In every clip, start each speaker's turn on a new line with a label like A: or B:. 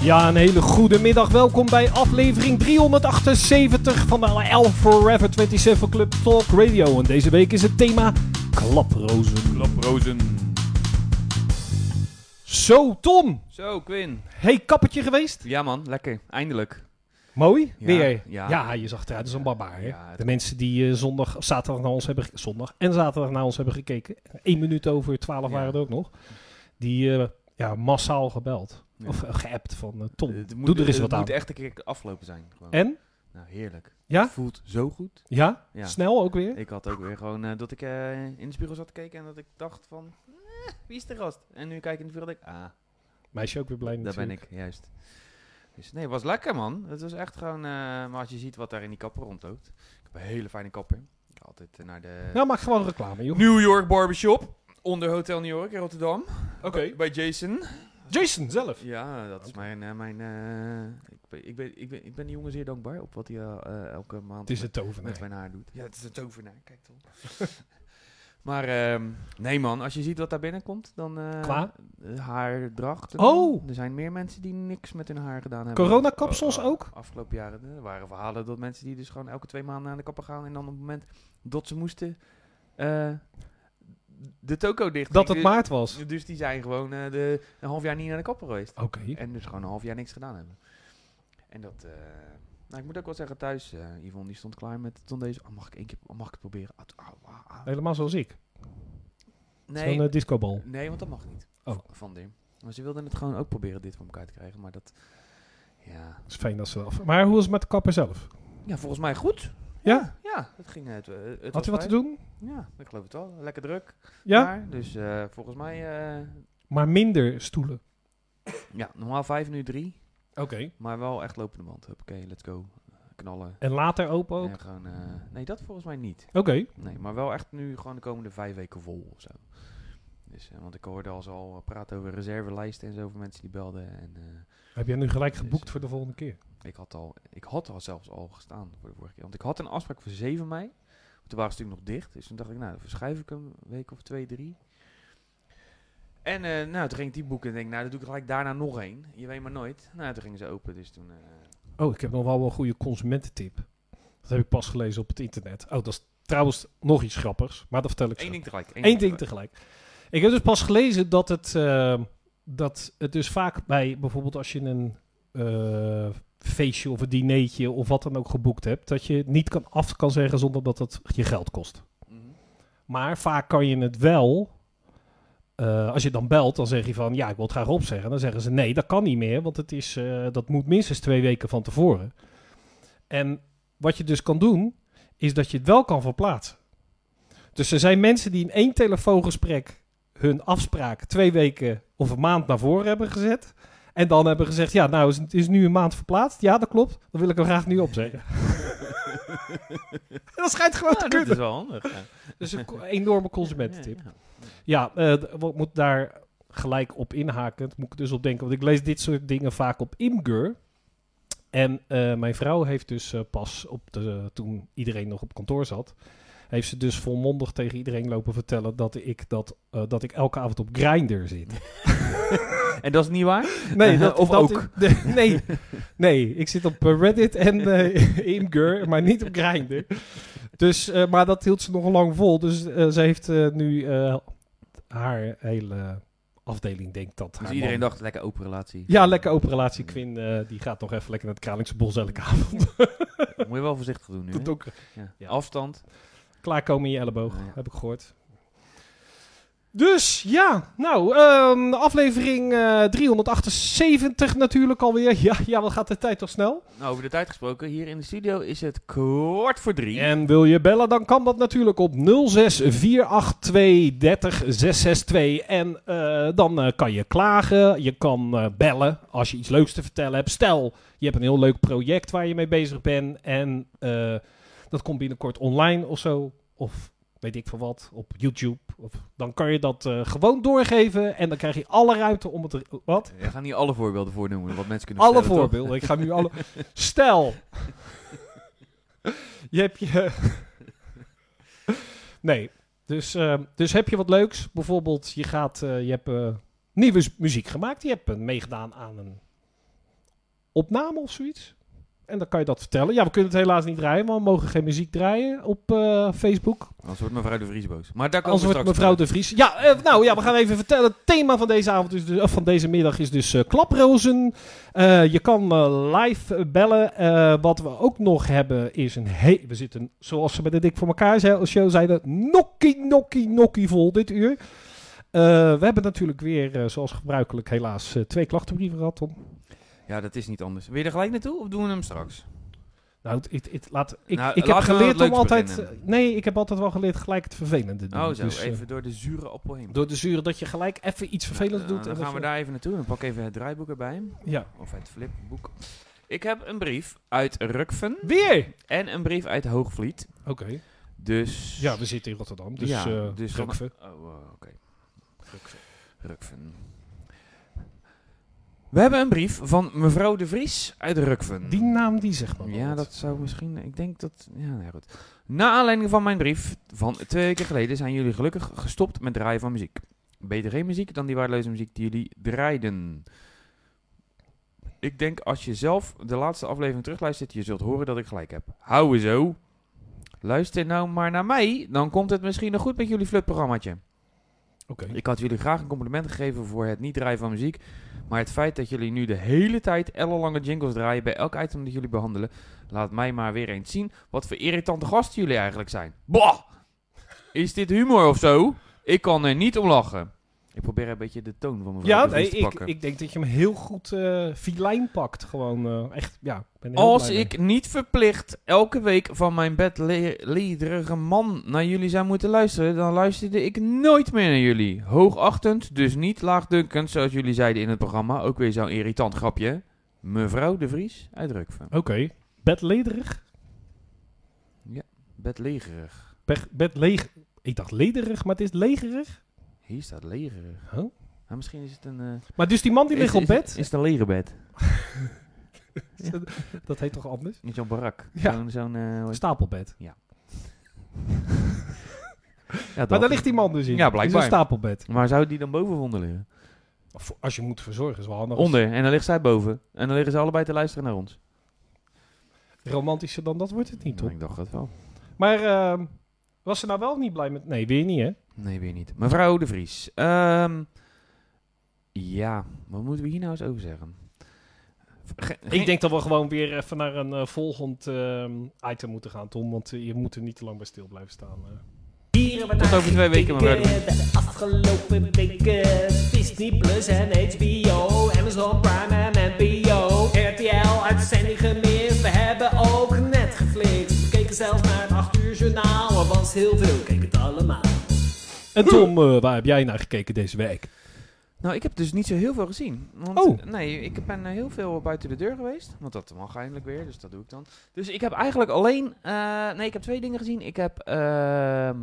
A: Ja, een hele goede middag. Welkom bij aflevering 378 van de L Forever 27 Club Talk Radio. En deze week is het thema klaprozen.
B: Klaprozen.
A: Zo, Tom.
B: Zo, Quinn.
A: Hey, kappertje geweest?
B: Ja man, lekker. Eindelijk.
A: Mooi?
B: Ja,
A: Weer?
B: ja.
A: je zag eruit als een barbaar. Hè?
B: Ja, het-
A: De mensen die eh, zondag, of zaterdag naar ons hebben ge- zondag en zaterdag naar ons hebben gekeken. 1 minuut over 12
B: Ja.
A: waren er ook nog. Die eh, ja, massaal gebeld.
B: Ja.
A: Of eh, geappt van eh, Tom.
B: Het moet-
A: Doe er eens wat
B: Het
A: aan.
B: moet echt een keer afgelopen zijn. Gewoon.
A: En?
B: Nou, heerlijk.
A: Ja?
B: Het voelt zo goed.
A: Ja?
B: Ja.
A: Snel ook weer?
B: Ik had ook weer gewoon eh, dat ik eh, in de spiegel zat te kijken en dat ik dacht van, eh, wie is de gast? En nu kijk ik in de spiegel en denk ik, ah,
A: Meisje ook weer blij
B: daar ben
A: natuurlijk.
B: ik, juist. Dus nee, het was lekker man. Het was echt gewoon, eh, maar als je ziet wat daar in die kapper rondloopt. Ik heb een hele fijne kapper. Ik ga altijd eh, naar de
A: Nou, maak gewoon reclame, joh.
B: New York Barbershop. Onder Hotel New York in Rotterdam.
A: Oké.
B: Bij Jason.
A: Jason zelf.
B: Ja, dat is mijn... eh, mijn eh, ik, ben, ik, ben, ik, ben, ik ben die jongen zeer dankbaar op wat hij eh, eh, elke maand
A: Het is
B: met,
A: een tovenaar.
B: met mijn haar doet. Ja, het is een tovenaar, kijk toch. maar ehm, nee man, als je ziet wat daar binnenkomt, dan... eh,
A: Qua?
B: eh, Haardracht. en
A: Oh!
B: dan- Er zijn meer mensen die niks met hun haar gedaan hebben.
A: Coronakapsels
B: O- o-
A: ook?
B: Afgelopen jaren eh, waren verhalen dat mensen die dus gewoon elke twee maanden aan de kapper gaan... en dan op het moment dat ze moesten... eh, de toko dicht.
A: Dat
B: ging,
A: het
B: dus-
A: maart was.
B: dus die zijn gewoon eh, de, een half jaar niet naar de kapper geweest.
A: Oké.
B: En dus gewoon een half jaar niks gedaan hebben. En dat... eh, nou, ik moet ook wel zeggen, thuis, eh, Yvonne die stond klaar met toen deze... Oh, mag ik één keer... oh, mag ik het proberen? Ah, t- au, au, au.
A: Helemaal zoals ik.
B: Nee,
A: Zo'n eh, discobal.
B: nee, want dat mag niet.
A: Oh.
B: Oh. Van Dim. Maar ze wilden het gewoon ook proberen dit voor elkaar te krijgen. Maar dat... Ja,
A: Dat is fijn dat ze dat... af- Maar hoe was het met de kapper zelf?
B: ja volgens mij goed.
A: Ja?
B: Ja, het ging... eh, Het, eh, het
A: Had
B: was
A: u wat te
B: fijn.
A: doen?
B: Ja, ik geloof het wel. Lekker druk.
A: Ja?
B: daar. dus eh, volgens mij... eh,
A: Maar minder stoelen.
B: ja, normaal vijf, nu drie.
A: Oké.
B: Maar wel echt lopende band. Hoppakee, let's go. Knallen.
A: En later open ook?
B: En gewoon, eh, nee, dat volgens mij niet.
A: Oké.
B: Nee, maar wel echt nu gewoon de komende vijf weken vol of zo. Dus, eh, want ik hoorde al ze al praten over reservelijsten en zo van mensen die belden. En eh,
A: Heb jij nu gelijk
B: Dus,
A: geboekt
B: eh,
A: voor de volgende keer?
B: ik, had al, ik had al zelfs al gestaan voor de vorige keer. Want ik had een afspraak voor 7 mei. Want toen waren ze natuurlijk nog dicht. Dus toen dacht ik, nou, dan verschuif ik hem een week of twee, drie. En eh, nou, toen ging ik die boeken en denk, nou, dat doe ik gelijk daarna nog één. Je weet maar nooit. Nou, toen gingen ze open, dus toen... eh,
A: Oh, ik heb nog wel wel een goede consumententip. Dat heb ik pas gelezen op het internet. Oh, dat is trouwens nog iets grappigs. Maar dat vertel ik zo.
B: Eén ding tegelijk. één
A: Eén ding tegelijk. Ik heb dus pas gelezen dat het, eh, dat het dus vaak bij bijvoorbeeld als je een eh, feestje of een dinertje of wat dan ook geboekt hebt, dat je het niet kan af kan zeggen zonder dat het je geld kost.
B: Mhm.
A: Maar vaak kan je het wel. eh, als je dan belt, dan zeg je van ja, ik wil het graag opzeggen. Dan zeggen ze nee, dat kan niet meer, want het is, eh, dat moet minstens twee weken van tevoren. En wat je dus kan doen, is dat je het wel kan verplaatsen. Dus er zijn mensen die in één telefoongesprek hun afspraak twee weken of een maand naar voren hebben gezet. En dan hebben gezegd, ja, nou is, het is nu een maand verplaatst. Ja, dat klopt. Dan wil ik hem graag nu opzeggen. dat schijnt gewoon te
B: Ja,
A: kunnen.
B: dat is wel handig. Ja.
A: Dus een co- enorme consumententip.
B: Ja, ja,
A: Ja, eh, d- wat moet daar gelijk op inhaken? Daar moet ik dus op denken. Want ik lees dit soort dingen vaak op Imgur. En eh, mijn vrouw heeft dus eh, pas op de, toen iedereen nog op kantoor zat, heeft ze dus volmondig tegen iedereen lopen vertellen dat ik, dat, eh, dat ik elke avond op Grindr zit.
B: ja. En dat is niet waar?
A: Nee, dat,
B: Of
A: dat
B: ook.
A: is- nee, nee, ik zit op eh, Reddit en eh, Imgur, maar niet op Grindr. Dus, eh, maar dat hield ze nog lang vol. Dus eh, ze heeft eh, nu eh, haar hele afdeling denkt dat haar
B: Dus iedereen
A: man-
B: dacht, lekker open relatie.
A: Ja, lekker open relatie. Quinn eh, die gaat nog even lekker naar het Kralingse Bos elke avond.
B: Moet je wel voorzichtig doen nu. hè?
A: Dat ook
B: Ja.
A: Ja.
B: Afstand.
A: klaarkomen in je elleboog,
B: Ja.
A: heb ik gehoord. Dus ja, nou, ehm, aflevering eh, 378 natuurlijk alweer. Ja, ja, wat gaat de tijd toch snel?
B: Nou, over de tijd gesproken. Hier in de studio is het kwart voor drie.
A: En wil je bellen, dan kan dat natuurlijk op 0648230662. En eh, dan eh, kan je klagen, je kan eh, bellen als je iets leuks te vertellen hebt. Stel, je hebt een heel leuk project waar je mee bezig bent en eh, dat komt binnenkort online of zo. Of weet ik van wat, op YouTube. Of, dan kan je dat eh, gewoon doorgeven en dan krijg je alle ruimte om het... er- Wat?
B: We gaan niet alle voorbeelden voornoemen, wat mensen kunnen
A: Alle
B: vertellen, toch?
A: voorbeelden. Ik ga nu alle. Stel. je hebt je. nee. Dus, ehm, dus heb je wat leuks? Bijvoorbeeld, je, gaat, eh, je hebt eh, nieuwe z- muziek gemaakt. Je hebt eh, meegedaan aan een opname of zoiets. En dan kan je dat vertellen. Ja, we kunnen het helaas niet draaien, want we mogen geen muziek draaien op eh, Facebook.
B: Anders wordt mevrouw de Vries boos. Maar daar komen
A: Als
B: we
A: wordt
B: straks
A: mevrouw
B: op
A: de Vries. Ja, eh, nou ja, we gaan even vertellen. Het thema van deze avond is dus, of van deze middag is dus eh, klaprozen. Eh, je kan eh, live eh, bellen. Eh, wat we ook nog hebben is een he We zitten, zoals ze bij de Dik voor elkaar zei- show zeiden, nokkie, nokkie, nokkie vol dit uur. Eh, we hebben natuurlijk weer, eh, zoals gebruikelijk helaas, eh, twee klachtenbrieven gehad, Tom.
B: Ja, dat is niet anders. Wil je er gelijk naartoe of doen we hem straks?
A: Nou, het, het, het- laat, ik,
B: Nou,
A: ik heb
B: laten we
A: geleerd
B: met
A: om
B: leuks
A: altijd...
B: beginnen.
A: Nee, ik heb altijd wel geleerd gelijk het vervelende te doen.
B: Oh zo,
A: Dus, eh,
B: even door de zure appel heen.
A: door de zure dat je gelijk even iets vervelends
B: Eh,
A: doet. en
B: Dan
A: dat
B: gaan we
A: je-
B: daar even naartoe. Dan pak ik even het draaiboek erbij.
A: Ja.
B: Of het flipboek. Ik heb een brief uit Rukven
A: Weer!
B: en een brief uit Hoogvliet.
A: Oké.
B: Dus...
A: Ja, we zitten in Rotterdam, dus,
B: Ja,
A: eh,
B: dus dan-
A: Rukven.
B: Oh, eh, oké. Rukven. We hebben een brief van mevrouw de Vries uit Rukven.
A: Die naam, die zeg maar.
B: Ehm, Ja,
A: wat.
B: dat zou misschien. Ik denk dat. Ja, nou ja, goed. Na aanleiding van mijn brief van twee weken geleden zijn jullie gelukkig gestopt met draaien van muziek. Beter geen muziek dan die waardeloze muziek die jullie draaiden. Ik denk als je zelf de laatste aflevering terugluistert, je zult horen dat ik gelijk heb. Hou zo. Luister nou maar naar mij, dan komt het misschien nog goed met jullie flutprogrammaatje.
A: Oké.
B: Ik had jullie graag een compliment gegeven voor het niet draaien van muziek. Maar het feit dat jullie nu de hele tijd ellenlange jingles draaien bij elk item dat jullie behandelen, laat mij maar weer eens zien wat voor irritante gasten jullie eigenlijk zijn. Bah! Is dit humor of zo? Ik kan er niet om lachen. Ik probeer een beetje de toon van mevrouw
A: Ja,
B: de Vries
A: nee,
B: te
A: ik,
B: pakken.
A: ik denk dat je hem heel goed eh filijn pakt. Gewoon eh, echt, ja. ik Ben er heel
B: Als
A: blij mee.
B: ik niet verplicht elke week van mijn bedliederige man naar jullie zou moeten luisteren, dan luisterde ik nooit meer naar jullie. Hoogachtend, dus niet laagdunkend, zoals jullie zeiden in het programma. Ook weer zo'n irritant grapje. Mevrouw de Vries uit Rukven.
A: Oké. Bedlederig?
B: Bedlegerig.
A: Beg- bedleeg... Ik dacht lederig, maar het is legerig.
B: Hier staat legerig.
A: Oh.
B: Maar misschien is het een... eh,
A: Maar dus die man die
B: is-
A: ligt op
B: is-
A: bed,
B: Is, het een legerbed?
A: dat heet toch anders?
B: Niet zo'n barak.
A: Ja.
B: Zo'n... zo'n, eh, hoe heet-
A: Stapelbed.
B: ja,
A: Maar
B: dat.
A: daar ligt die man dus in.
B: Ja, blijkbaar.
A: In zo'n stapelbed.
B: Maar zou die dan boven of onder liggen?
A: Of Als je moet verzorgen is wel handig.
B: Onder. En dan ligt zij boven. En dan liggen ze allebei te luisteren naar ons.
A: Romantischer dan dat wordt het niet,
B: Nou,
A: hoor.
B: Ik dacht dat wel.
A: Maar ehm, was ze nou wel niet blij met... Nee, weer niet, hè?
B: Nee, weer niet. Mevrouw de Vries. ehm, ja, wat moeten we hier nou eens over zeggen? Ge-
A: Ik denk dat we gewoon weer even naar een eh, volgend ehm, item moeten gaan, Tom. Want eh, je moet er niet te lang bij stil blijven staan. eh.
B: Tot over twee weken, mevrouw de Vries.
C: De afgelopen weken Disney Plus en HBO, Amazon Prime en NPO, RTL uitzending gemist. We hebben ook net geflikt. We keken zelfs naar het 8 uur journaal. Er was heel veel, we keken het allemaal.
A: En Tom, eh, waar heb jij naar gekeken deze week?
B: Nou, ik heb dus niet zo heel veel gezien. Want,
A: Oh.
B: Nee, ik ben eh, heel veel buiten de deur geweest. Want dat mag eindelijk weer, dus dat doe ik dan. Dus ik heb eigenlijk alleen... eh, nee, ik heb twee dingen gezien. Ik heb ehm,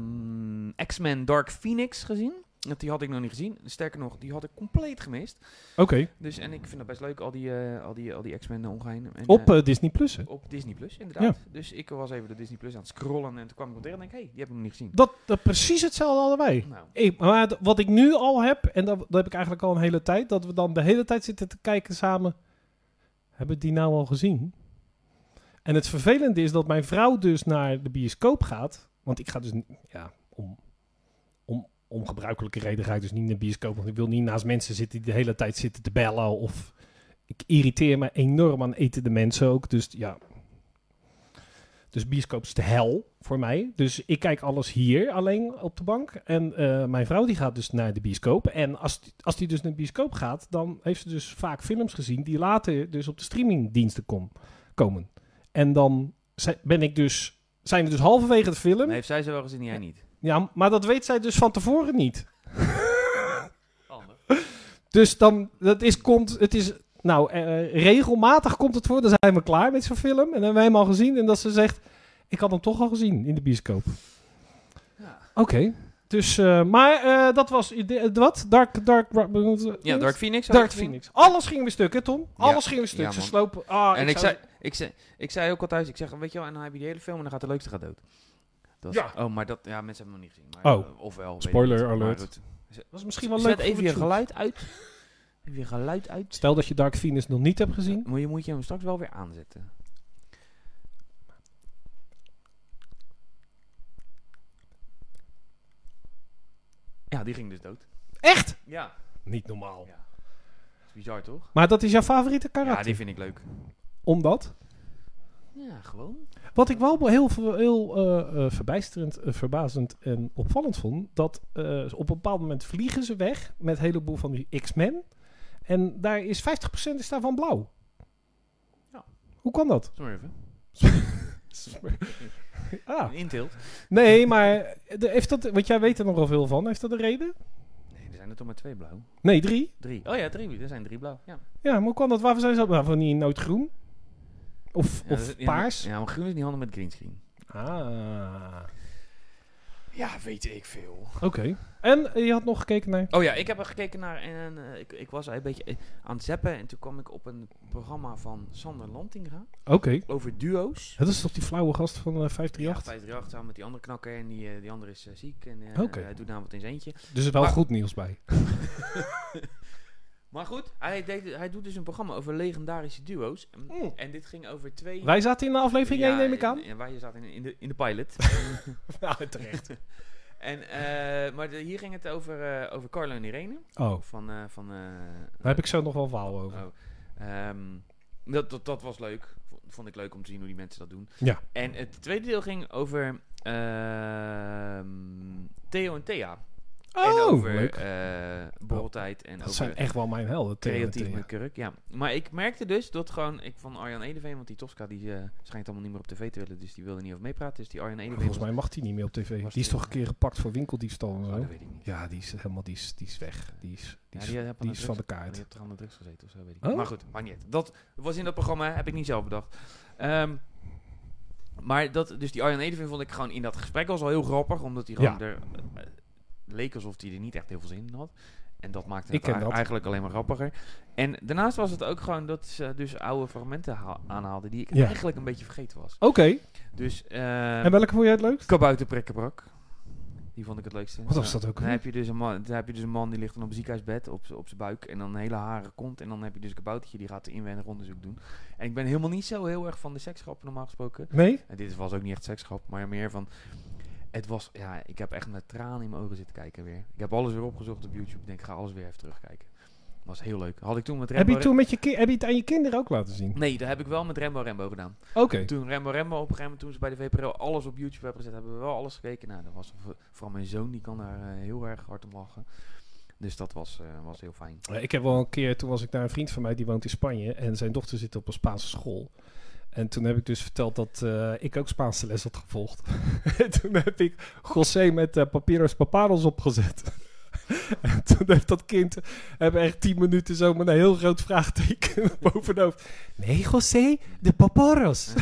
B: X-Men Dark Phoenix gezien. Want Die had ik nog niet gezien. Sterker nog, die had ik compleet gemist.
A: Oké,
B: Dus, en ik vind dat best leuk, al die, eh, al die, al die X-Men ongeheim. En, eh,
A: op eh, Disney Plus. hè?
B: Op Disney Plus, inderdaad. Dus ik was even de Disney Plus aan het scrollen en toen kwam ik op tegen en denk ik, hey, die heb ik nog niet gezien.
A: Dat, dat precies hetzelfde allebei.
B: Nou,
A: Ik, maar d- wat ik nu al heb, en dat, dat heb ik eigenlijk al een hele tijd, dat we dan de hele tijd zitten te kijken samen. Hebben we die nou al gezien? En het vervelende is dat mijn vrouw dus naar de bioscoop gaat. Want ik ga dus, niet- ja, om, om, om gebruikelijke reden ga ik dus niet naar de bioscoop. Want ik wil niet naast mensen zitten die de hele tijd zitten te bellen. Of ik irriteer me enorm aan eten de mensen ook. Dus ja. Dus bioscoop is de hel voor mij. Dus ik kijk alles hier alleen op de bank. En eh, mijn vrouw die gaat dus naar de bioscoop. En als, die- als die dus naar de bioscoop gaat, dan heeft ze dus vaak films gezien die later dus op de streamingdiensten kom, komen. En dan zij- ben ik dus, zijn we dus halverwege de film.
B: heeft zij ze wel gezien, jij niet?
A: Ja, maar dat weet zij dus van tevoren niet. Dus dan, dat is, komt, het is, nou, eh, regelmatig komt het voor, dan zijn we klaar met zo'n film. En dan hebben we hem al gezien. En dat ze zegt, ik had hem toch al gezien in de bioscoop.
B: Ja.
A: Oké. Dus, eh, maar eh, dat was, de- eh, wat? Dark, Dark,
B: Ja, Dark Phoenix. had ik
A: Dark
B: gezien.
A: Phoenix. Alles ging weer stuk, hè Tom?
B: Ja.
A: Alles ging weer stuk.
B: Ja,
A: ze
B: man.
A: slopen. Ah,
B: En ik
A: zou-
B: zei, ik, zei, ik zei ook al thuis, ik zeg, weet je wel, en dan heb je die hele film en dan gaat de leukste gaat dood. Dat is- Oh, maar dat, ja, mensen hebben hem nog niet gezien. Maar,
A: Oh.
B: eh, Ofwel. weet ik
A: Spoiler
B: niet, maar
A: alert.
B: goed.
A: Dat was misschien wel
B: Zet
A: leuk voor
B: even
A: de
B: je
A: tune.
B: geluid uit. Heb je weer geluid uit?
A: Stel dat je Dark Venus nog niet hebt gezien.
B: Maar je moet je hem straks wel weer aanzetten. Ja, die ging dus dood.
A: Echt?
B: Ja.
A: Niet normaal.
B: ja. Is Bizar toch?
A: Maar dat is jouw favoriete
B: Ja,
A: karakter?
B: die vind ik leuk.
A: Omdat?
B: Ja, gewoon.
A: Wat ik wel heel, ver- heel eh, eh, verbijsterend, eh, verbazend en opvallend vond... dat eh, op een bepaald moment vliegen ze weg met een heleboel van die X-Men. En daar is 50% is daarvan blauw.
B: Ja.
A: Hoe kan dat?
B: Sorry even.
A: Ah, Oh.
B: Een intilt.
A: nee, maar eh, de, heeft dat, want jij weet er nogal veel van. Heeft dat een reden?
B: Nee, er zijn er toch maar twee blauw.
A: Nee, drie.
B: Drie. Oh ja, drie. Er zijn drie blauw. Ja.
A: Ja, maar hoe kan dat? Waarvoor zijn ze waarvoor niet noodgroen? Of,
B: Ja,
A: of
B: dat is- ja,
A: paars?
B: Ja, maar groen is niet handig met greenscreen.
A: Ah,
B: Ja, weet ik veel.
A: oké. En eh, je had nog gekeken naar...
B: Oh ja, ik heb er gekeken naar en eh, ik, ik was een beetje eh, aan het zappen. En toen kwam ik op een programma van Sander Lantinga
A: Oké.
B: over duo's.
A: Dat is toch die flauwe gast van eh,
B: Ja,
A: 538?
B: 538 samen met die andere knakker en die, eh, die andere is eh, ziek en eh,
A: Oké.
B: hij doet namelijk wat in zijn eentje.
A: dus er is wel
B: Maar-
A: goed nieuws bij.
B: Maar goed, hij, deed, hij doet dus een programma over legendarische duo's. En,
A: Mm.
B: en dit ging over twee...
A: Wij zaten in de aflevering 1,
B: Hm. Ja,
A: neem ik aan.
B: En, en wij zaten in, in, de, in de pilot.
A: Nou, terecht.
B: en, eh, maar de- hier ging het over, eh, over Carlo en Irene.
A: Oh,
B: Van, eh, van, eh,
A: daar heb ik zo nog wel verhaal over.
B: Oh. Ehm, dat, dat, dat was leuk. V- Vond ik leuk om te zien hoe die mensen dat doen.
A: Ja.
B: En het tweede deel ging over ehm, Theo en Thea. en over
A: Oh, leuk.
B: eh, borreltijd en
A: dat
B: over
A: zijn echt wel mijn helden. Theo en
B: creatief
A: Thea.
B: met kurk. Ja. Maar ik merkte dus dat gewoon ik van Arjan Edeveen, want die Tosca die eh, schijnt allemaal niet meer op tv te willen, dus die wilde niet over meepraten. Dus die Arjan
A: Maar
B: Edeveen.
A: Volgens mij mag die niet meer op tv.
B: Was
A: Die is
B: die-
A: toch een keer gepakt voor winkeldiefstal en
B: was- oh,
A: zo?
B: dat weet ik niet. eh,
A: Ja, die is helemaal die is, die is weg. Die is, die is,
B: hebben
A: die
B: aan
A: is van de
B: Maar
A: kaart.
B: je hebt er aan de drugs gezeten of zo, weet ik
A: Oh.
B: niet. Maar goed, maakt niet uit. Dat was in dat programma, heb ik niet zelf bedacht. Ehm, maar dat, dus die Arjan Edeveen vond ik gewoon in dat gesprek was al heel grappig, omdat hij gewoon
A: Ja.
B: er eh, leek alsof hij er niet echt heel veel zin in had. En dat maakte
A: Ik
B: het
A: ken
B: a-
A: dat.
B: eigenlijk alleen maar grappiger. En daarnaast was het ook gewoon dat ze dus oude fragmenten haal- aanhaalde die ik
A: Ja.
B: eigenlijk een beetje vergeten was.
A: Oké,
B: Dus
A: en
B: ehm
A: welke vond jij het leukst?
B: kabouterprekkenbrak. Die vond ik het leukste.
A: Wat was dat ook
B: Dan
A: weer?
B: heb, je dus een man, dan heb je dus een man die ligt dan op een ziekenhuisbed op, z'n- op zijn buik en dan een hele haren kont. En dan heb je dus een kaboutertje die gaat inwendig onderzoek doen. En ik ben helemaal niet zo heel erg van de seksgrappen normaal gesproken.
A: Nee?
B: En dit was ook niet echt seksgrap, maar meer van... Het was, ja, ik heb echt met tranen in mijn ogen zitten kijken weer. Ik heb alles weer opgezocht op YouTube. Ik denk, ik ga alles weer even terugkijken. Was heel leuk. Had ik toen met
A: Heb
B: Rembo...
A: je, toen met je ki- heb je het aan je kinderen ook laten zien?
B: Nee, dat heb ik wel met Rembo Rembo gedaan.
A: Oké.
B: Toen Rembo Rembo op een gegeven moment, toen ze bij de VPRO alles op YouTube hebben gezet, hebben we wel alles gekeken. Nou, dat was voor- vooral mijn zoon, die kan daar eh, heel erg hard om lachen. Dus dat was, eh, was heel fijn.
A: Ja, Ik heb wel een keer, toen was ik naar een vriend van mij die woont in Spanje en zijn dochter zit op een Spaanse school. En toen heb ik dus verteld dat eh, ik ook Spaanse les had gevolgd. en toen heb ik José met eh, Papiros Paparos opgezet. en toen heeft dat kind hebben echt tien minuten zo met een heel groot vraagteken boven het hoofd. Nee, José, de Paparos.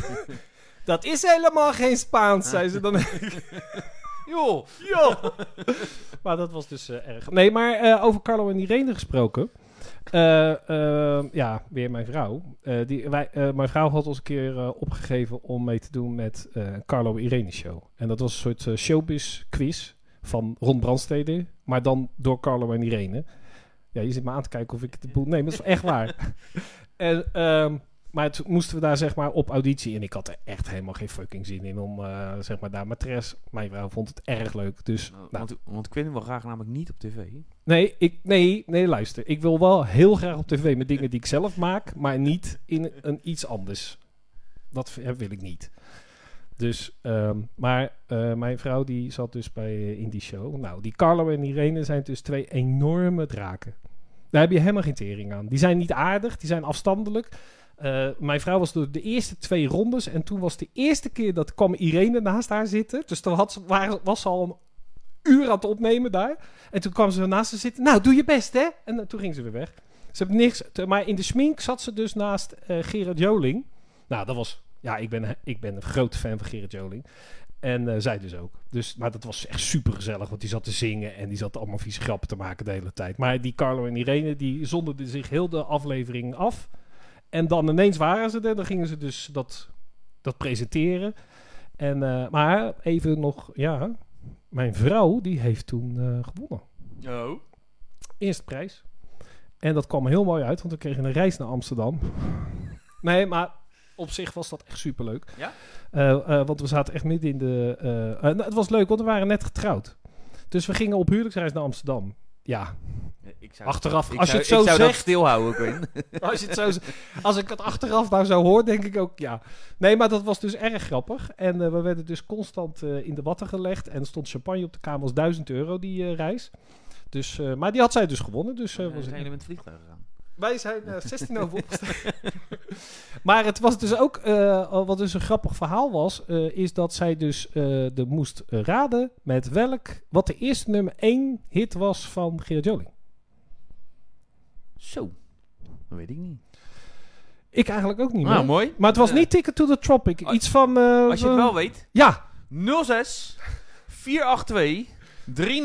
A: dat is helemaal geen Spaans, zei ze dan.
B: Joh!
A: Ja. maar dat was dus eh, erg. Nee, maar eh, over Carlo en Irene gesproken. Eh, eh, ja, weer mijn vrouw. Eh, die, wij, eh, mijn vrouw had ons een keer eh, opgegeven om mee te doen met eh, een Carlo en Irene show. En dat was een soort eh, showbiz quiz van Ron Brandstede, maar dan door Carlo en Irene. Ja, je zit me aan te kijken of ik de boel neem. Dat is echt waar. en, ehm, maar toen moesten we daar zeg maar op auditie. En ik had er echt helemaal geen fucking zin in om eh, zeg maar daar matres. Mijn vrouw vond het erg leuk. Dus nou, Oh.
B: want, want Quinn wil graag namelijk niet op tv.
A: Nee, ik, nee, nee, luister. Ik wil wel heel graag op tv met dingen die ik zelf maak, maar niet in een iets anders. Dat v- eh, wil ik niet. Dus, ehm, maar eh, mijn vrouw die zat dus bij eh, in die show. Nou, die Carlo en Irene zijn dus twee enorme draken. Daar heb je helemaal geen tering aan. Die zijn niet aardig, die zijn afstandelijk. Eh, mijn vrouw was door de eerste twee rondes en toen was de eerste keer dat kwam Irene naast haar zitten. Dus dan had ze, waren- was ze al een uur aan het opnemen daar. En toen kwam ze naast ze zitten. Nou, doe je best, hè? En eh, toen ging ze weer weg. Ze hebben niks. te- maar in de smink zat ze dus naast eh, Gerard Joling. Nou, dat was. Ja, ik ben, ik ben een groot fan van Gerard Joling. En eh, zij dus ook. Dus, maar dat was echt super gezellig. Want die zat te zingen en die zat allemaal vieze grappen te maken de hele tijd. Maar die Carlo en Irene, die zonderden zich heel de aflevering af. En dan ineens waren ze er. Dan gingen ze dus dat, dat presenteren. En, eh, maar even nog, ja. Mijn vrouw, die heeft toen eh, gewonnen
B: Oh.
A: eerste prijs. En dat kwam heel mooi uit, want we kregen een reis naar Amsterdam. nee, maar op zich was dat echt superleuk.
B: Ja?
A: Eh, eh, want we zaten echt midden in de... eh, eh, nou, het was leuk, want we waren net getrouwd. Dus we gingen op huwelijksreis naar Amsterdam. Ja,
B: Ik zou,
A: achteraf,
B: ik
A: als je
B: zou-
A: het zo
B: ik zou dat
A: zegt...
B: stilhouden, Quinn.
A: Als, je het zo, als ik het achteraf nou zo hoor, denk ik ook ja. Nee, maar dat was dus erg grappig. En eh, we werden dus constant eh, in de watten gelegd. En er stond champagne op de kamer, was 1000 euro die eh, reis. Dus, eh, maar die had zij dus gewonnen. Dus, eh,
B: Dan
A: was
B: zijn
A: ik-
B: jullie met het vliegtuig gegaan.
A: Wij zijn eh, 16 over opgestaan. maar het was dus ook, eh, wat dus een grappig verhaal was, eh, is dat zij dus eh, de moest eh, raden met welk, wat de eerste nummer 1 hit was van Gerard Joling.
B: Zo. Dat weet ik niet.
A: Ik eigenlijk ook niet
B: Nou,
A: meer.
B: mooi.
A: Maar het was
B: Ja.
A: niet Ticket to the Tropic.
B: Als-
A: Iets van... eh,
B: Als je
A: van-
B: het wel weet,
A: Ja,
B: 06 482 30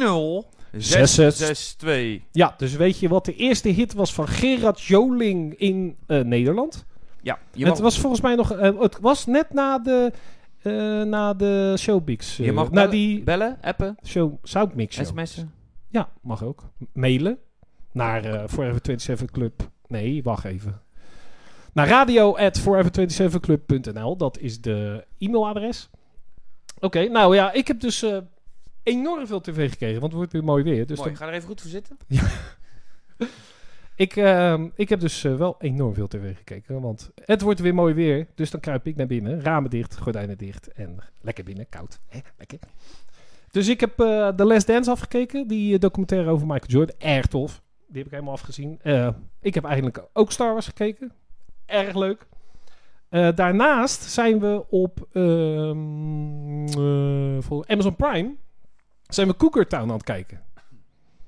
B: 662.
A: 662. ja, dus weet je wat de eerste hit was van Gerard Joling in eh, Nederland?
B: Ja, je
A: En
B: mag,
A: het was volgens mij nog... eh, het was net na de... eh, na de Showbix. eh,
B: je mag
A: na
B: bellen,
A: die
B: bellen, appen,
A: show, Soundmix show.
B: sms'en.
A: Ja, mag ook. M- Mailen naar eh Forever 27 Club. Nee, wacht even. Naar radio at forever27club.nl. Dat is de e-mailadres. Oké, nou ja, ik heb dus eh, enorm veel tv gekregen, want het wordt weer mooi weer. Dus
B: Mooi,
A: dan-
B: ga er even goed voor zitten.
A: ik, ehm, ik heb dus eh, wel enorm veel tv gekeken, want het wordt weer mooi weer. Dus dan kruip ik naar binnen, ramen dicht, gordijnen dicht en lekker binnen, koud. Hè, lekker. Dus ik heb eh The Last Dance afgekeken, die eh, documentaire over Michael Jordan. Erg tof. Die heb ik helemaal afgezien. Eh, ik heb eigenlijk ook Star Wars gekeken. Erg leuk. Eh, daarnaast zijn we op ehm, eh, voor Amazon Prime zijn we Cougar Town aan het kijken.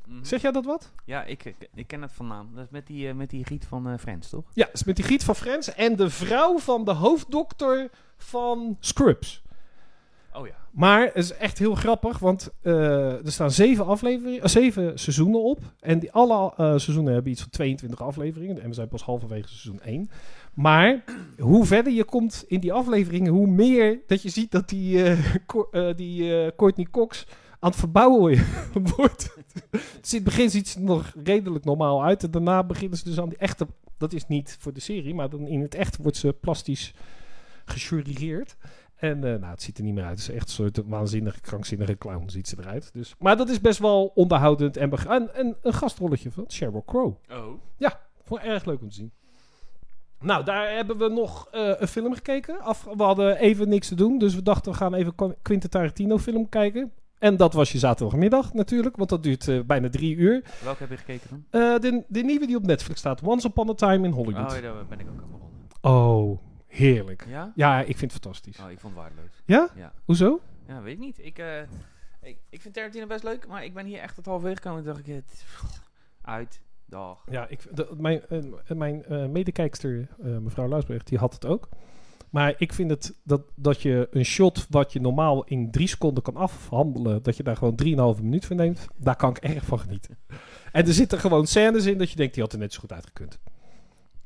B: Mhm.
A: Zeg jij dat wat?
B: Ja, ik, ik- ik ken het van naam. Dat is met die, eh, met die giet van eh Friends, toch?
A: Ja, is met die Giet van Frens en de vrouw van de hoofddokter van Scrubs.
B: Oh ja.
A: Maar het is echt heel grappig, want eh, er staan zeven, afleveringen, eh, zeven seizoenen op. En die, alle eh, seizoenen hebben iets van 22 afleveringen. En we zijn pas halverwege seizoen 1. Maar hoe verder je komt in die afleveringen, hoe meer dat je ziet dat die, eh, Cor- eh, die eh, Courtney Cox aan het verbouwen wordt. Dus in het begin ziet ze er nog redelijk normaal uit. En daarna beginnen ze dus aan die echte... Dat is niet voor de serie, maar dan in het echt wordt ze plastisch gechirurgeerd. En eh, nou, het ziet er niet meer uit. Het is echt een soort waanzinnige, krankzinnige clown ziet ze eruit. Dus, maar dat is best wel onderhoudend en, beg- en, en een gastrolletje van Sheryl Crow.
B: Oh.
A: Vond ik erg leuk om te zien. Nou, daar hebben we nog eh, een film gekeken. Af, we hadden even niks te doen, dus we dachten we gaan even Qu- Quentin Tarantino film kijken. En dat was je zaterdagmiddag natuurlijk, want dat duurt eh, bijna drie uur.
B: Welke heb je gekeken dan?
A: Eh, de, de nieuwe die op Netflix staat, Once Upon a Time in Hollywood.
B: Oh, ja, daar ben ik ook aan begonnen.
A: Oh, heerlijk.
B: Ja?
A: Ja, ik vind het fantastisch.
B: Oh, ik vond het waardeloos.
A: Ja?
B: Ja.
A: Hoezo?
B: Ja, weet ik niet. Ik, eh, ik, ik vind Tarantino best leuk, maar ik ben hier echt tot halverwege gekomen. Toen dacht ik, het, uit, dag.
A: Ja, ik, de- mijn, eh, mijn eh, medekijkster, eh, mevrouw Luisbrecht, die had het ook. Maar ik vind het dat, dat je een shot wat je normaal in drie seconden kan afhandelen, dat je daar gewoon 3,5 minuut voor neemt, daar kan ik erg van genieten. En er zitten gewoon scènes in dat je denkt, die had er net zo goed uitgekund.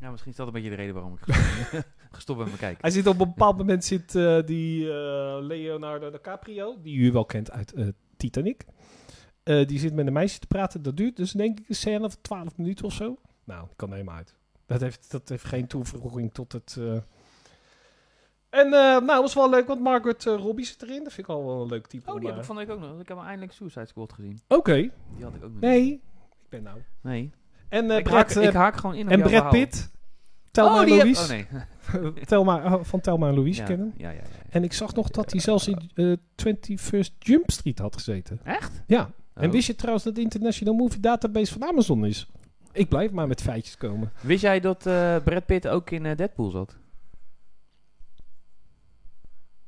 B: Ja, misschien is dat een beetje de reden waarom ik gestopt ben- gestopt ben met kijken.
A: Hij zit op een bepaald moment, zit eh, die eh, Leonardo DiCaprio, die u wel kent uit eh, Titanic. Eh, die zit met een meisje te praten, dat duurt dus denk ik een scène van 12 minuten of zo. Nou, ik kan er helemaal uit. Dat heeft, dat heeft geen toevoeging tot het... eh. En eh, nou, dat was wel leuk, want Margaret eh, Robbie zit erin. Dat vind ik al wel een leuk type.
B: Oh,
A: om,
B: die heb
A: eh,
B: ik van de week ook nog. Ik heb eindelijk Suicide Squad gezien.
A: Oké,
B: Die had ik ook nog. niet.
A: nee. Ik ben nou...
B: Nee.
A: En eh
B: ik,
A: Brad,
B: haak,
A: eh,
B: ik haak gewoon in op
A: en
B: jouw
A: Brad
B: verhaal.
A: Pitt. Telma
B: oh,
A: en
B: die heb-
A: Louise.
B: Oh, nee.
A: Telma, eh, van Telma en Louise
B: ja,
A: kennen.
B: Ja, ja, ja.
A: En ik zag nog dat hij zelfs in eh, 21st Jump Street had gezeten.
B: Echt?
A: Ja. En
B: Oh.
A: wist je trouwens dat de International Movie Database van Amazon is? Ik blijf maar met feitjes komen.
B: Wist jij dat eh Brad Pitt ook in eh, Deadpool zat?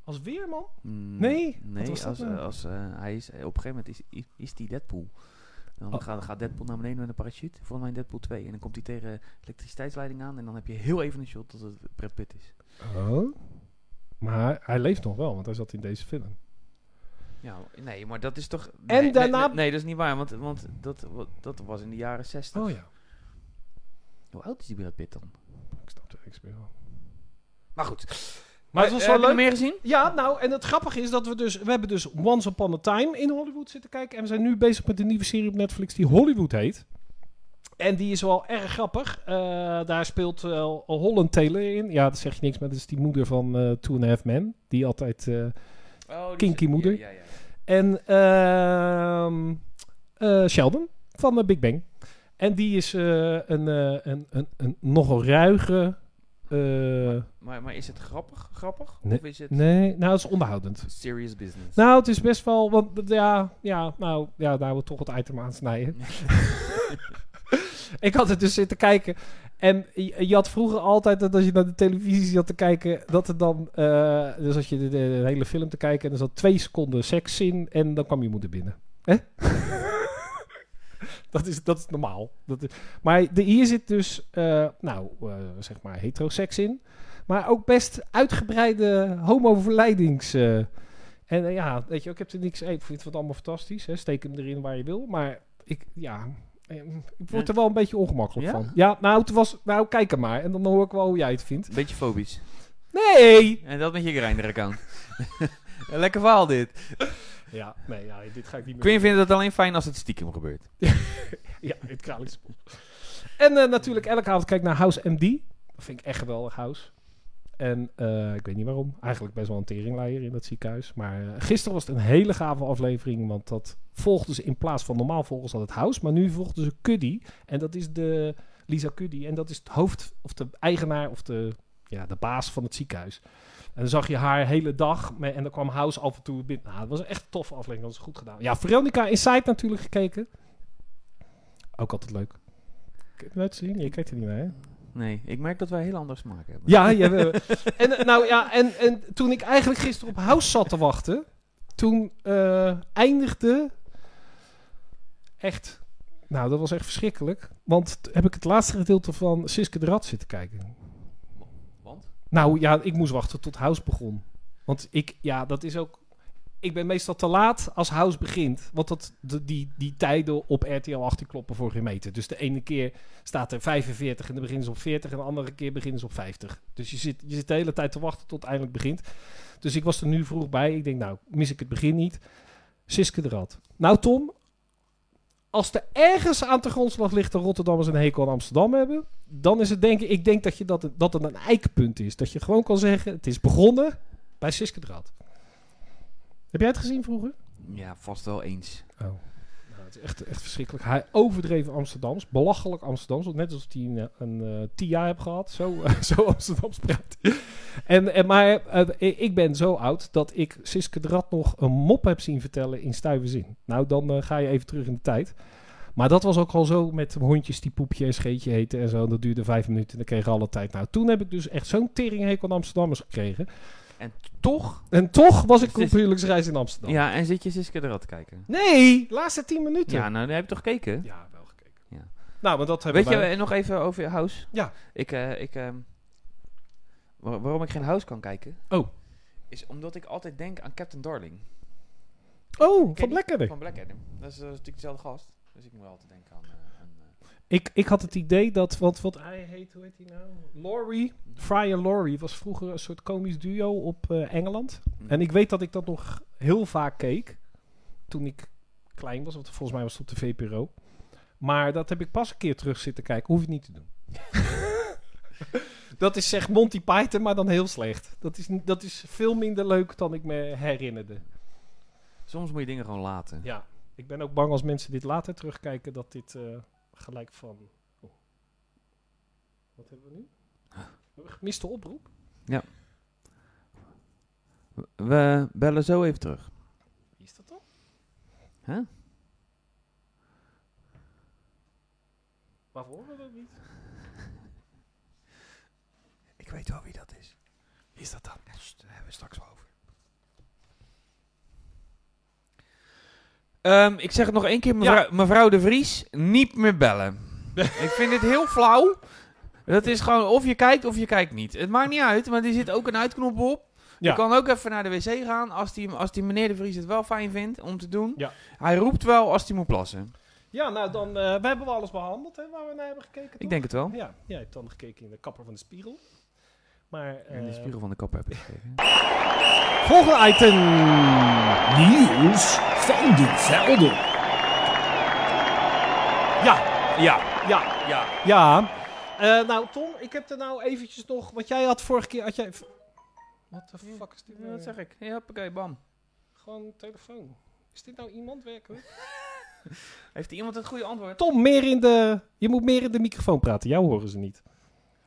A: Als weerman?
B: Mm,
A: Nee? Wat
B: Nee,
A: was dat
B: als,
A: nou?
B: eh, als, eh, hij is, eh, op een gegeven moment is, is, is die Deadpool. Dan
A: Oh.
B: gaat, gaat Deadpool naar beneden met een parachute. Volgens mij in Deadpool 2. En dan komt hij tegen elektriciteitsleiding aan. En dan heb je heel even een shot dat het Brad Pitt is.
A: Oh. Maar hij leeft nog wel, want hij zat in deze film.
B: Ja, nee, maar dat is toch...
A: En
B: nee,
A: daarna-
B: Nee, nee, nee, dat is niet waar. Want, want dat, wa- dat was in de jaren 60.
A: Oh ja.
B: Hoe oud is die Brad Pitt dan?
A: Ik snap de expert wel.
B: Maar goed.
A: Maar het was
B: eh,
A: wel
B: heb je er
A: leuk.
B: meer gezien?
A: Ja, nou, en het grappige is dat we dus... We hebben dus Once Upon a Time in Hollywood zitten kijken. En we zijn nu bezig met een nieuwe serie op Netflix die Hollywood heet. En die is wel erg grappig. Eh, daar speelt eh, Holland Taylor in. Ja, dat zeg je niks, maar dat is die moeder van eh Two and a Half Men. Die altijd... eh,
B: Oh, die
A: Kinky
B: zit-
A: moeder.
B: Ja, ja, ja.
A: en ehm, eh, Sheldon van eh, Big Bang. En die is eh, een, eh, een, een, een nogal ruige... eh,
B: Maar, maar is het grappig? Grappig?
A: Nee.
B: Of is het
A: nee, nou, dat is onderhoudend.
B: serious business?
A: Nou, het is best wel... Want eh, ja, ja, nou, ja, daar we toch het item aan snijden. ik had het dus zitten kijken. En je, je had vroeger altijd dat als je naar de televisie zat te kijken, dat er dan. eh, dus als je de, de- de hele film te kijken en er zat twee seconden seks in en dan kwam je moeder binnen. Hè? dat, is, dat is normaal. Dat is, maar de, hier zit dus, eh, nou, eh, zeg maar heteroseks in. Maar ook best uitgebreide homoverleidings. eh. en eh, ja, weet je, ik heb er niks. eh, Ik vind het allemaal fantastisch. Hè? Steek hem erin waar je wil. Maar ik, ja, eh, ik word er wel een beetje ongemakkelijk
B: Ja?
A: van. Ja, nou, het was, nou, kijk er maar. En dan hoor ik wel hoe jij het vindt.
B: Een beetje fobisch.
A: Nee!
B: En dat met je Grindr-account. Lekker verhaal dit.
A: Ja, nee, ja, dit ga ik niet meer
B: Quinn vindt het alleen fijn als het stiekem gebeurt.
A: Ja, in het Kralingspot. En eh, natuurlijk elke avond kijk ik naar House MD. Dat vind ik echt geweldig, House. En eh, ik weet niet waarom. Eigenlijk best wel een teringleier in dat ziekenhuis. Maar eh, gisteren was het een hele gave aflevering. Want dat volgden ze in plaats van normaal volgens ze dat House. Maar nu volgden ze Cuddy. En dat is de Lisa Cuddy. En dat is het hoofd of de eigenaar of de, ja, de baas van het ziekenhuis. En dan zag je haar hele dag. me- En dan kwam House af en toe binnen. Nou, dat was een echt toffe aflevering. Dat is goed gedaan. Ja, Veronica Inside natuurlijk gekeken. Ook altijd leuk. Kun je het nooit zien? Je kijkt er niet naar, hè?
B: Nee, ik merk dat wij heel anders smaken hebben.
A: Ja, je hebt- en, eh, nou, ja en, en toen ik eigenlijk gisteren op House zat te wachten... toen eh, eindigde... echt... Nou, dat was echt verschrikkelijk. Want t- heb ik het laatste gedeelte van Siske de Rad zitten kijken.
B: Want?
A: Nou ja, ik moest wachten tot House begon. Want ik, ja, dat is ook... Ik ben meestal te laat als House begint. Want dat, de- die, die tijden op RTL 18 kloppen voor geen meter. Dus de ene keer staat er 45 en dan beginnen ze op 40. En de andere keer beginnen ze op 50. Dus je zit, je zit de hele tijd te wachten tot het eindelijk begint. Dus ik was er nu vroeg bij. Ik denk, nou, mis ik het begin niet. Siske de Rad. Nou, Tom... Als er ergens aan de grondslag ligt dat Rotterdammers een hekel aan Amsterdam hebben dan is het denk ik, ik denk dat, je dat, dat het een eikpunt is. Dat je gewoon kan zeggen, het is begonnen bij Siske Draad. Heb jij het gezien vroeger?
B: Ja, vast wel eens.
A: Oh. Nou, het is echt, echt verschrikkelijk. Hij overdreven Amsterdams, belachelijk Amsterdams. Net alsof hij een, een eh, TIA heeft gehad. Zo, zo Amsterdams praat hij. en, en, maar eh, ik- ik ben zo oud dat ik Siske Draad nog een mop heb zien vertellen in stuive zin. Nou, dan eh, ga je even terug in de tijd. Maar dat was ook al zo met hondjes die poepje en scheetje heten en zo. Dat duurde vijf minuten en dan kregen we alle tijd. Nou, toen heb ik dus echt zo'n teringhekel aan Amsterdammers gekregen.
B: En toch?
A: En toch was ik
B: Dus
A: op
B: dit-
A: huwelijksreis in Amsterdam.
B: Ja, en zit je Siske de Rat te kijken?
A: Nee, laatste tien minuten.
B: Ja, nou, daar heb je toch gekeken?
A: Ja, wel gekeken.
B: Ja.
A: Nou, want dat hebben
B: Weet je,
A: wij-
B: eh, nog even over House?
A: Ja.
B: Ik, eh, ik, ehm, wa- waarom ik geen House kan kijken?
A: Oh.
B: Is omdat ik altijd denk aan Captain Darling.
A: Oh,
B: Ken
A: van
B: je
A: Black
B: Van Black Adam. Dat is eh, natuurlijk dezelfde gast. Dus ik moet altijd denken aan... eh, aan, eh,
A: Ik, ik had het idee dat, want wat hij heet, hoe heet hij nou? Laurie. Fry en Laurie was vroeger een soort komisch duo op eh, Engeland.
B: Mm.
A: En ik weet dat ik dat nog heel vaak keek toen ik klein was, want volgens mij was het op de VPRO. Maar dat heb ik pas een keer terug zitten kijken, hoef ik niet te doen. dat is zeg Monty Python, maar dan heel slecht. Dat is, niet- dat is veel minder leuk dan ik me herinnerde.
B: soms moet je dingen gewoon laten.
A: Ja, ik ben ook bang als mensen dit later terugkijken dat dit eh, gelijk van. Oh. Wat hebben we nu? Hebben we gemiste oproep?
B: We bellen zo even terug.
A: Wie is dat dan?
B: Huh?
A: Waarvoor horen we dat niet?
B: Ik weet wel wie dat is. Wie is dat dan? Ja, sst, daar hebben we straks wel over. Ehm, ik zeg het nog één keer, mevrouw, mevrouw De Vries, niet meer bellen. ik vind dit heel flauw. Dat is gewoon of je kijkt of je kijkt niet. Het maakt niet uit, maar er zit ook een uitknop op.
A: Ja.
B: Je kan ook even naar de wc gaan als die, als die meneer De Vries het wel fijn vindt om te doen.
A: Ja.
B: Hij roept wel als hij moet plassen.
A: Ja, nou dan eh, we hebben we alles behandeld hè, waar we naar hebben gekeken.
B: Ik denk het wel.
A: toch? Ja, jij hebt dan gekeken in de kapper van de spiegel. Maar
B: In de
A: eh,
B: spiegel van de kop heb ik gekregen.
A: volgende item.
C: Nieuws van de velden.
A: Ja,
B: Ja,
A: Ja,
B: ja.
A: ja. Eh, nou, Tom, ik heb er nou eventjes nog... Want jij had vorige keer... Had jij, wat de fuck is dit?
B: Ja,
A: nou
B: Dat
A: weer?
B: zeg ik. Ja, hoppakee, bam.
A: Gewoon telefoon. Is dit nou iemand werkelijk?
B: Heeft iemand het goede antwoord?
A: Tom, meer in de... Je moet meer in de microfoon praten. Jou horen ze niet.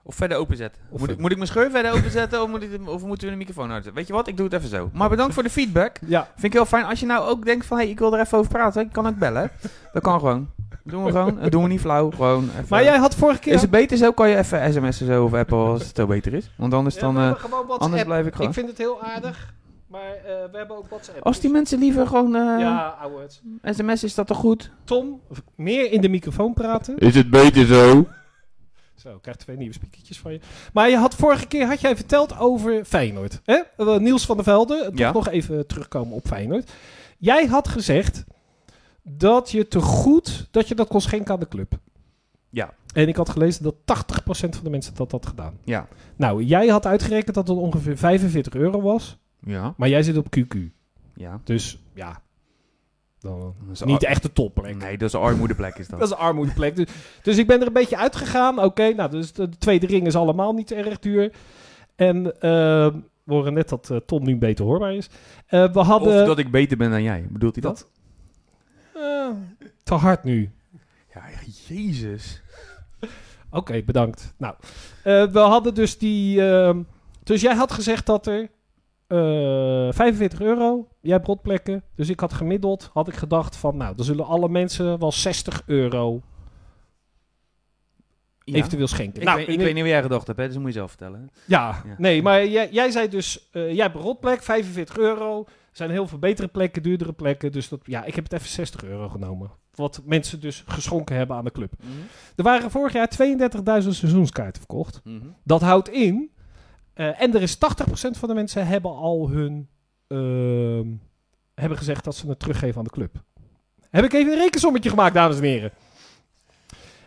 B: Of verder openzetten.
A: Of
B: moet, ik,
A: verder.
B: moet ik mijn scheur verder openzetten of, moet ik, de- of moeten we de microfoon uitzetten? Weet je wat, ik doe het even zo. Maar bedankt voor de feedback.
A: Ja.
B: Vind ik heel fijn. Als je nou ook denkt van, hé, hey, ik wil er even over praten. Ik kan ook bellen. Dat kan gewoon. Doen we gewoon. Dat doen we niet flauw. Gewoon even.
A: Maar jij had vorige keer...
B: Is het beter zo? Kan je even sms'en zo of appen als het zo beter is? Want anders,
A: Ja,
B: dan,
A: we
B: eh,
A: hebben gewoon WhatsApp.
B: anders blijf ik gewoon...
A: Ik vind het heel aardig. Maar eh, we hebben ook WhatsApp.
B: Als die
A: dus-
B: mensen liever gewoon eh,
A: Ja, ouwens.
B: sms is dat toch goed?
A: Tom, meer in de microfoon praten.
B: Is het beter zo?
A: Zo, ik krijg twee nieuwe spiekertjes van je. Maar je had vorige keer had jij verteld over Feyenoord. Hè? Eh, Niels van der Velde, toch
B: Ja.
A: nog even terugkomen op Feyenoord. Jij had gezegd dat je te goed, dat je dat kon schenken aan de club.
B: Ja.
A: En ik had gelezen dat 80% van de mensen dat had gedaan.
B: Ja.
A: Nou, jij had uitgerekend dat het ongeveer 45 euro was.
B: Ja.
A: Maar jij zit op QQ.
B: Ja.
A: Dus ja, dan, eh,
B: Dat is
A: niet
B: ar-
A: echt de topplek.
B: Nee, dat is een armoedeplek is dat.
A: Dat is een armoedeplek. Dus, dus ik ben er een beetje uitgegaan. Oké, nou, dus de, de tweede ring is allemaal niet erg duur. En eh, we horen net dat eh, Tom nu beter hoorbaar is. Eh, we hadden...
B: Of dat ik beter ben dan jij. Bedoelt hij dat?
A: Eh, te hard nu.
B: Ja, jezus.
A: Oké, bedankt. Nou, eh, we hadden dus die... ehm, dus jij had gezegd dat er... eh, 45 euro, jij hebt rotplekken. Dus ik had gemiddeld, had ik gedacht van... Nou, dan zullen alle mensen wel 60 euro eventueel schenken.
B: Ik,
A: nou,
B: weet,
A: in-
B: ik weet niet wat jij gedacht hebt, hè? dus dat moet je zelf vertellen.
A: Ja,
B: Ja.
A: nee, maar jij, jij zei dus, eh, jij hebt een rotplek, 45 euro. Er zijn heel veel betere plekken, duurdere plekken. Dus dat, ja, ik heb het even 60 euro genomen. Wat mensen dus geschonken hebben aan de club. Er waren vorig jaar 32.000 seizoenskaarten verkocht. Dat houdt in. eh, en er is 80% van de mensen hebben al hun. ehm, hebben gezegd dat ze het teruggeven aan de club. Heb ik even een rekensommetje gemaakt, dames en heren.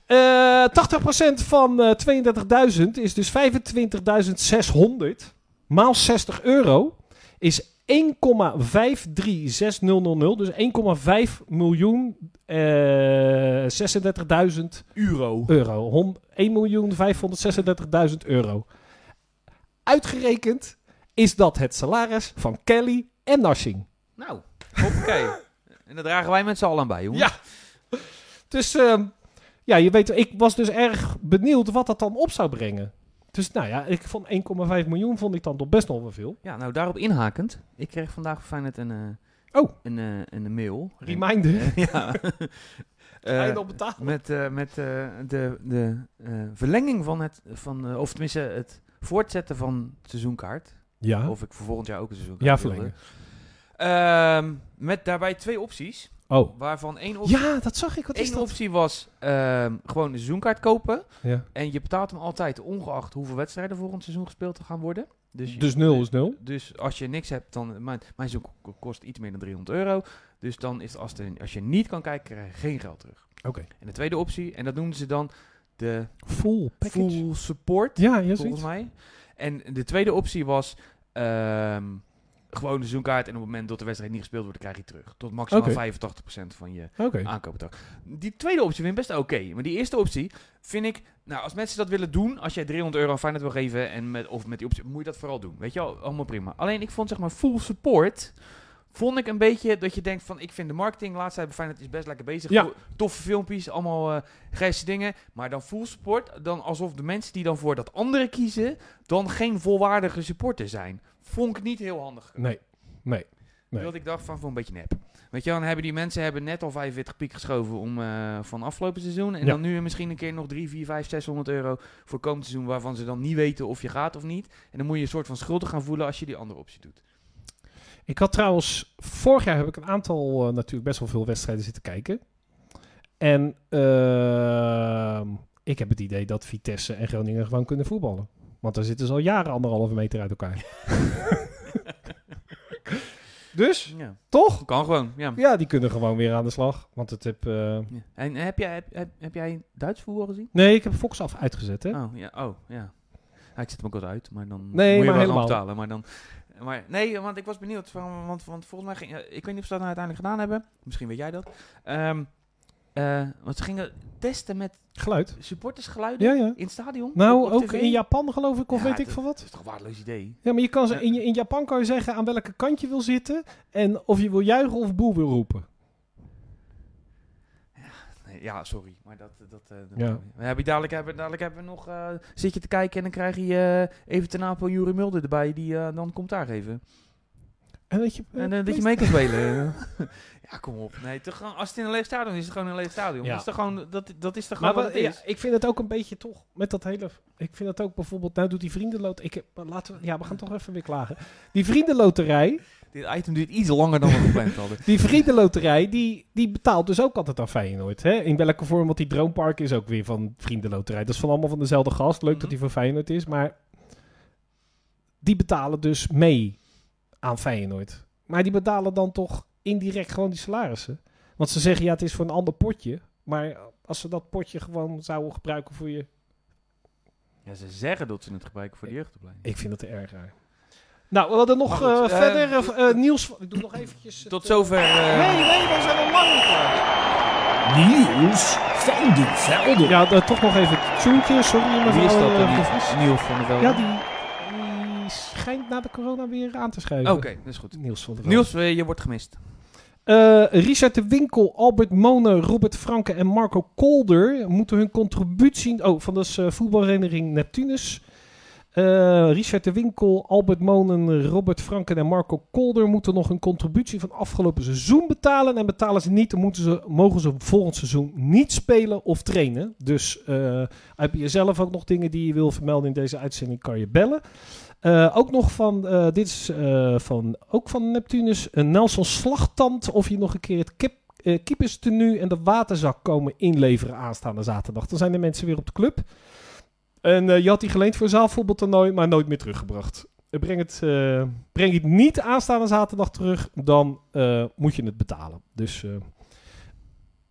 A: Eh 80% van eh, 32.000 is dus 25.600 maal 60 euro is 1,536000. Dus 1,5 miljoen eh 36.000
B: Euro.
A: euro. Hon- 1.536.000 euro. Uitgerekend is dat het salaris van Kelly en Narsing.
B: Nou, oké. en daar dragen wij met z'n allen aan bij, jongen.
A: Ja. Dus ehm, ja, je weet, ik was dus erg benieuwd wat dat dan op zou brengen. Dus nou ja, ik vond 1,5 miljoen vond ik dan toch best nog wel veel.
B: Ja, nou daarop inhakend. Ik kreeg vandaag van Feyenoord een, eh,
A: Oh.
B: een, eh, een mail.
A: Reminder.
B: ja.
A: Ga je
B: Eh,
A: dan betalen?
B: met eh, met eh, de, de eh, verlenging van het, van, eh, of tenminste het voortzetten van het seizoenkaart.
A: Ja.
B: Of ik voor volgend jaar ook een seizoenkaart
A: Ja,
B: wilde.
A: verlengen.
B: Ehm, met daarbij twee opties.
A: Oh.
B: Waarvan één optie,
A: Ja, dat zag ik. Wat is
B: één
A: dat?
B: optie was ehm, gewoon een seizoenkaart kopen.
A: Ja.
B: En je betaalt hem altijd ongeacht hoeveel wedstrijden volgend seizoen gespeeld gaan worden. Dus, je-
A: Dus 0 is 0.
B: dus als je niks hebt, dan... Mijn, mijn seizoen ko- kost iets meer dan 300 euro. Dus dan is het als, er- als je niet kan kijken, krijg je geen geld terug.
A: Oké.
B: En de tweede optie, en dat noemen ze dan de
A: Full package.
B: full support.
A: Ja, ja,
B: volgens
A: zoiets.
B: mij. En de tweede optie was ehm, gewoon de seizoenkaart. En op het moment dat de wedstrijd niet gespeeld wordt, krijg je terug. Tot maximaal
A: Oké.
B: 85% van je
A: Oké.
B: aankoopbedrag. Die tweede optie vind ik best oké. maar die eerste optie vind ik... Nou, als mensen dat willen doen, als jij 300 euro aan Feyenoord wil geven... En met, of met die optie, moet je dat vooral doen. Weet je wel, allemaal prima. Alleen ik vond zeg maar full support... Vond ik een beetje dat je denkt van... Ik vind de marketing laatst tijd bij Feyenoord is best lekker bezig.
A: Ja.
B: To- Toffe filmpjes, allemaal eh grijze dingen. Maar dan full support, dan alsof de mensen die dan voor dat andere kiezen... Dan geen volwaardige supporter zijn. Vond ik niet heel handig.
A: Nee. Nee. Nee.
B: Dat ik dacht van, voor een beetje nep. Weet je, wel, dan hebben die mensen hebben net al 45 piek geschoven om, eh, van afgelopen seizoen. En
A: Ja.
B: dan nu misschien een keer nog 3, 4, 5, 600 euro voor komend seizoen. Waarvan ze dan niet weten of je gaat of niet. En dan moet je een soort van schuldig gaan voelen als je die andere optie doet.
A: Ik had trouwens, vorig jaar heb ik een aantal, eh, natuurlijk best wel veel wedstrijden zitten kijken. En ehm, ik heb het idee dat Vitesse en Groningen gewoon kunnen voetballen. Want daar zitten ze al jaren anderhalve meter uit elkaar. dus,
B: Ja,
A: toch?
B: kan gewoon. Ja.
A: Ja, die kunnen gewoon weer aan de slag. Want het heb... eh,
B: Ja. En heb jij, heb, heb, heb jij Duits voetbal gezien?
A: Nee, ik heb Fox af uitgezet, hè?
B: Oh, ja. Oh, ja. Ja, ik zet hem ook wel uit, maar dan
A: Nee,
B: moet je
A: maar
B: wel
A: helemaal.
B: aan betalen. Maar dan, maar nee, want ik was benieuwd. van- Want, want volgens mij ging... Ik weet niet of ze dat nou uiteindelijk gedaan hebben. Misschien weet jij dat. Ehm, eh, Eh, want ze gingen testen met
A: Geluid.
B: supportersgeluiden
A: Ja, ja.
B: in het stadion. op-
A: Nou,
B: op
A: ook
B: tv.
A: in Japan geloof ik, of
B: Ja,
A: weet ik
B: dat-
A: van
B: Dat
A: wat.
B: is toch een waardeloos idee?
A: Ja, maar je kan ze,
B: Ja.
A: in, in Japan kan je zeggen aan welke kant je wil zitten en of je wil juichen of boel wil roepen.
B: Nee, ja, sorry. Maar dat... dat, eh, dat
A: Ja.
B: Dan heb je dadelijk, hebben, dadelijk hebben we nog... eh, zit je te kijken en dan krijg je eh, even ten Napel Jurie Mulder erbij. Die eh, dan commentaar geven.
A: En dat je, eh,
B: En eh, dat je mee kan spelen. eh. ja, kom op. Nee, toch, gewoon- als het in een leeg stadion is, is het gewoon een leeg stadion.
A: Ja.
B: Dat, is toch gewoon, dat, dat is toch
A: Maar
B: gewoon wat,
A: wat-
B: het
A: ja,
B: is.
A: ik vind het ook een beetje toch met dat hele. Ik vind het ook bijvoorbeeld. Nou, doet die vriendenloterij. Ik heb, maar laten we, ja, we gaan toch even weer klagen. Die vriendenloterij.
B: Dit item duurt iets langer dan we gepland hadden.
A: Die vriendenloterij. Die, die betaalt dus ook altijd aan Feyenoord. Hè? In welke vorm? Want die Droompark is ook weer van vriendenloterij. Dat is van allemaal van dezelfde gast. Leuk dat die voor Feyenoord is. Maar. Die betalen dus mee aan Feyenoord. Maar die betalen dan toch indirect gewoon die salarissen. Want ze zeggen ja, het is voor een ander potje. Maar als ze dat potje gewoon zouden gebruiken voor je
B: Ja, ze zeggen dat ze het gebruiken voor de jeugdopleiding.
A: Ik vind het erg raar. Nou, we hadden nog
B: Maar goed,
A: eh,
B: eh,
A: verder eh, eh, nieuws. van- Ik doe nog eventjes. het,
B: Tot
A: eh,
B: zover... eh,
A: Nee, nee, we zijn al lang niet klaar.
C: Nieuws van de velden.
A: Ja, dan toch nog even het tuintje. Sorry,
B: Wie
A: mevrouw.
B: is dat
A: eh,
B: dan?
A: de Vries.
B: Die, Niels van der Velde?
A: Ja, die, die schijnt na de corona weer aan te
B: Oké,
A: schuiven.
B: dat is goed.
A: Niels van der Velde.
B: Niels, eh, je wordt gemist.
A: Eh, Richard de Winkel, Albert Monen, Robert Franke en Marco Kolder moeten hun contributie... Oh, van de eh, voetbalvereniging Neptunus. Eh, Richard de Winkel, Albert Monen, Robert Franke en Marco Kolder moeten nog hun contributie van afgelopen seizoen betalen. En betalen ze niet, dan moeten ze, mogen ze volgend seizoen niet spelen of trainen. Dus eh, heb je zelf ook nog dingen die je wil vermelden in deze uitzending, kan je bellen. Eh, ook nog van, eh, dit is eh, van, ook van Neptunus, een Nelson Slagtand. Of je nog een keer het kip, eh keeperstenu en de waterzak komen inleveren aanstaande zaterdag. Dan zijn de mensen weer op de club. En eh, je had die geleend voor zaalvoetbaltoernooi, maar nooit meer teruggebracht. Eh, Breng het, eh, breng je het niet aanstaande zaterdag terug, dan eh, moet je het betalen. Dus, eh,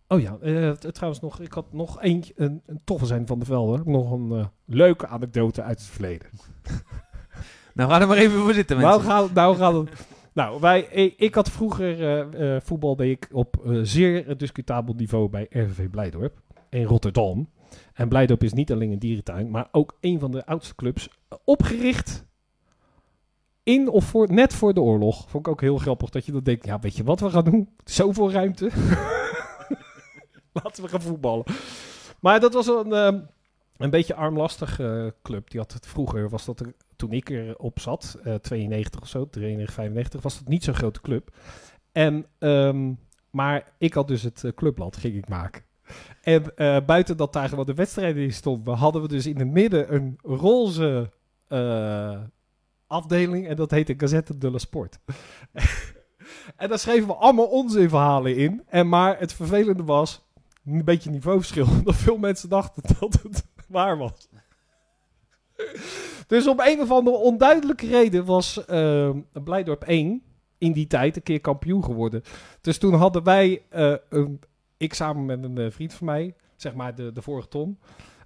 A: oh ja, eh, t- trouwens nog, ik had nog eentje, een, een toffe zijn van de velden. Nog een eh, leuke anekdote uit het verleden.
B: Nou, ga er maar even voor zitten, mensen.
A: Nou gaat, nou gaat het. Nou, wij, ik, ik had vroeger eh, eh, voetbal deed ik op eh, zeer discutabel niveau bij RVV Blijdorp in Rotterdam. En Blijdorp is niet alleen een dierentuin, maar ook een van de oudste clubs. eh, Opgericht in of voor, net voor de oorlog. Vond ik ook heel grappig dat je dat denkt. Ja, weet je wat we gaan doen? Zoveel ruimte. Laten we gaan voetballen. Maar dat was een, ehm, een beetje armlastig eh, club. Die had het vroeger, was dat er, toen ik erop zat, eh 92 of zo, 93, 95, was dat niet zo'n grote club. En, ehm, maar ik had dus het eh, clubblad, ging ik maken. En eh, buiten dat daar gewoon de wedstrijden in stonden, hadden we dus in het midden een roze eh, afdeling. En dat heette Gazette de la Sport. en daar schreven we allemaal onzinverhalen in. En maar het vervelende was, een beetje niveauverschil, dat veel mensen dachten dat het waar was. Dus op een of andere onduidelijke reden was eh, Blijdorp 1 in die tijd een keer kampioen geworden. Dus toen hadden wij, eh, een, ik samen met een eh, vriend van mij, zeg maar de, de vorige Tom,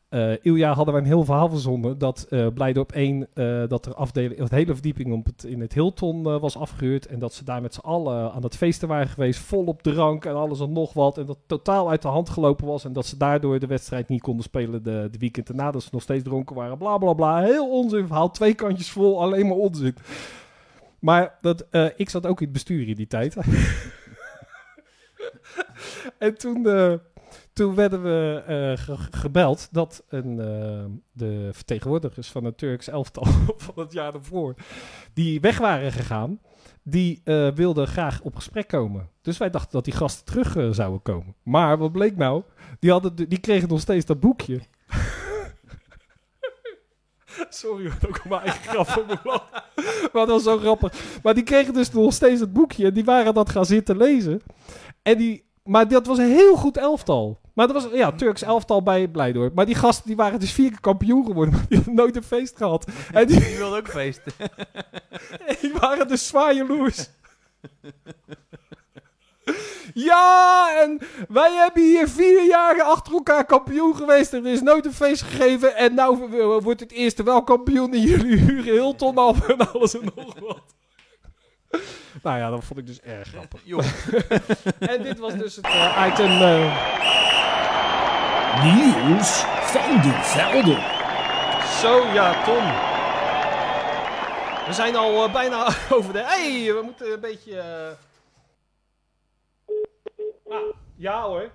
A: eh, Ilja hadden wij een heel verhaal verzonnen dat eh Blijdorp 1, eh, dat er afdeling, het hele verdieping op het, in het Hilton eh, was afgehuurd. En dat ze daar met z'n allen aan het feesten waren geweest, vol op drank en alles en nog wat. En dat het totaal uit de hand gelopen was en dat ze daardoor de wedstrijd niet konden spelen de, de weekend erna. Dat ze nog steeds dronken waren, bla bla bla. Heel onzin verhaal, twee kantjes vol, alleen maar onzin. Maar dat, eh, ik zat ook in het bestuur in die tijd. en toen... eh, toen werden we eh, ge- gebeld dat een, eh, de vertegenwoordigers van het Turks elftal van het jaar daarvoor, die weg waren gegaan, die eh, wilden graag op gesprek komen. Dus wij dachten dat die gasten terug eh, zouden komen. Maar wat bleek nou? Die, hadden, de- die kregen nog steeds dat boekje. Sorry, hoor, dat ik op mijn eigen grap voor me lach. Maar dat was zo grappig. Maar die kregen dus nog steeds het boekje. En die waren dat gaan zitten lezen. En die, maar dat was een heel goed elftal. Maar dat was ja, Turks elftal bij Blijdorp. Maar die gasten die waren dus vier keer kampioen geworden. Maar die hadden nooit een feest gehad. En die,
B: Die wilde ook feesten.
A: die waren dus zwaar jaloers. Ja, en wij hebben hier vier jaar achter elkaar kampioen geweest. Er is nooit een feest gegeven. En nou w- wordt het eerste wel kampioen. En jullie huren Hilton af en alles en nog wat. Nou ja, dat vond ik dus erg grappig.
B: Joh.
A: En dit was dus het eh, item... eh,
D: Nieuws van de velden.
C: Zo ja, Tom. We zijn al eh, bijna over de. hey, we moeten een beetje. eh, Ah, ja hoor.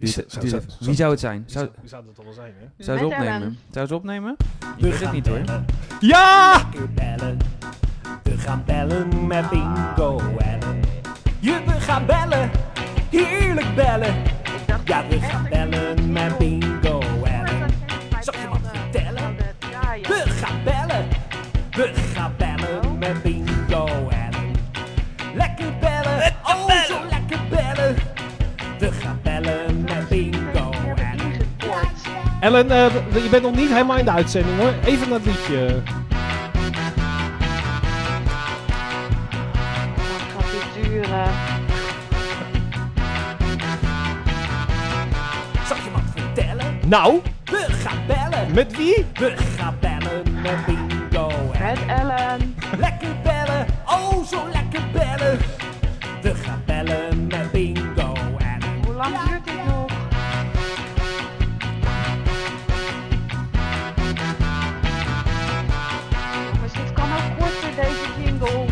B: Wie,
A: Zou-
B: zou,
A: zou-
B: wie
A: zou-
B: zou het zijn? Zou,
A: Wie zou dat allemaal zijn, hè?
B: zou ze
E: Met Ellen.
B: opnemen? Zou ze opnemen?
D: We
B: weet het
D: gaan
B: niet, hoor.
D: bellen,
A: Ja!
D: lekker bellen. We gaan bellen met Bingo Ellen. Je, we gaan bellen, heerlijk bellen.
E: Ik dacht
D: Ja, we
E: echt
D: gaan
E: dat
D: bellen met Bingo Ellen.
E: Zal
D: Zal ik je wat vertellen? We gaan bellen, we gaan bellen met Bingo Ellen. Lekker bellen, oh zo lekker bellen. We gaan bellen met Bingo Ellen.
A: Ellen, eh, je bent nog niet helemaal in de uitzending hoor. Even naar het liedje.
E: gaat dit duren?
D: Zal ik je wat vertellen?
A: Nou,
D: We gaan bellen,
A: met wie?
D: we gaan bellen met Bingo
E: Met
D: Ellen.
E: Ellen.
D: Lekker bellen, oh zo lekker bellen. We gaan bellen met Bingo en
E: Hoe lang duurt dit nog? Jongens, dit kan ook korter, deze jingle.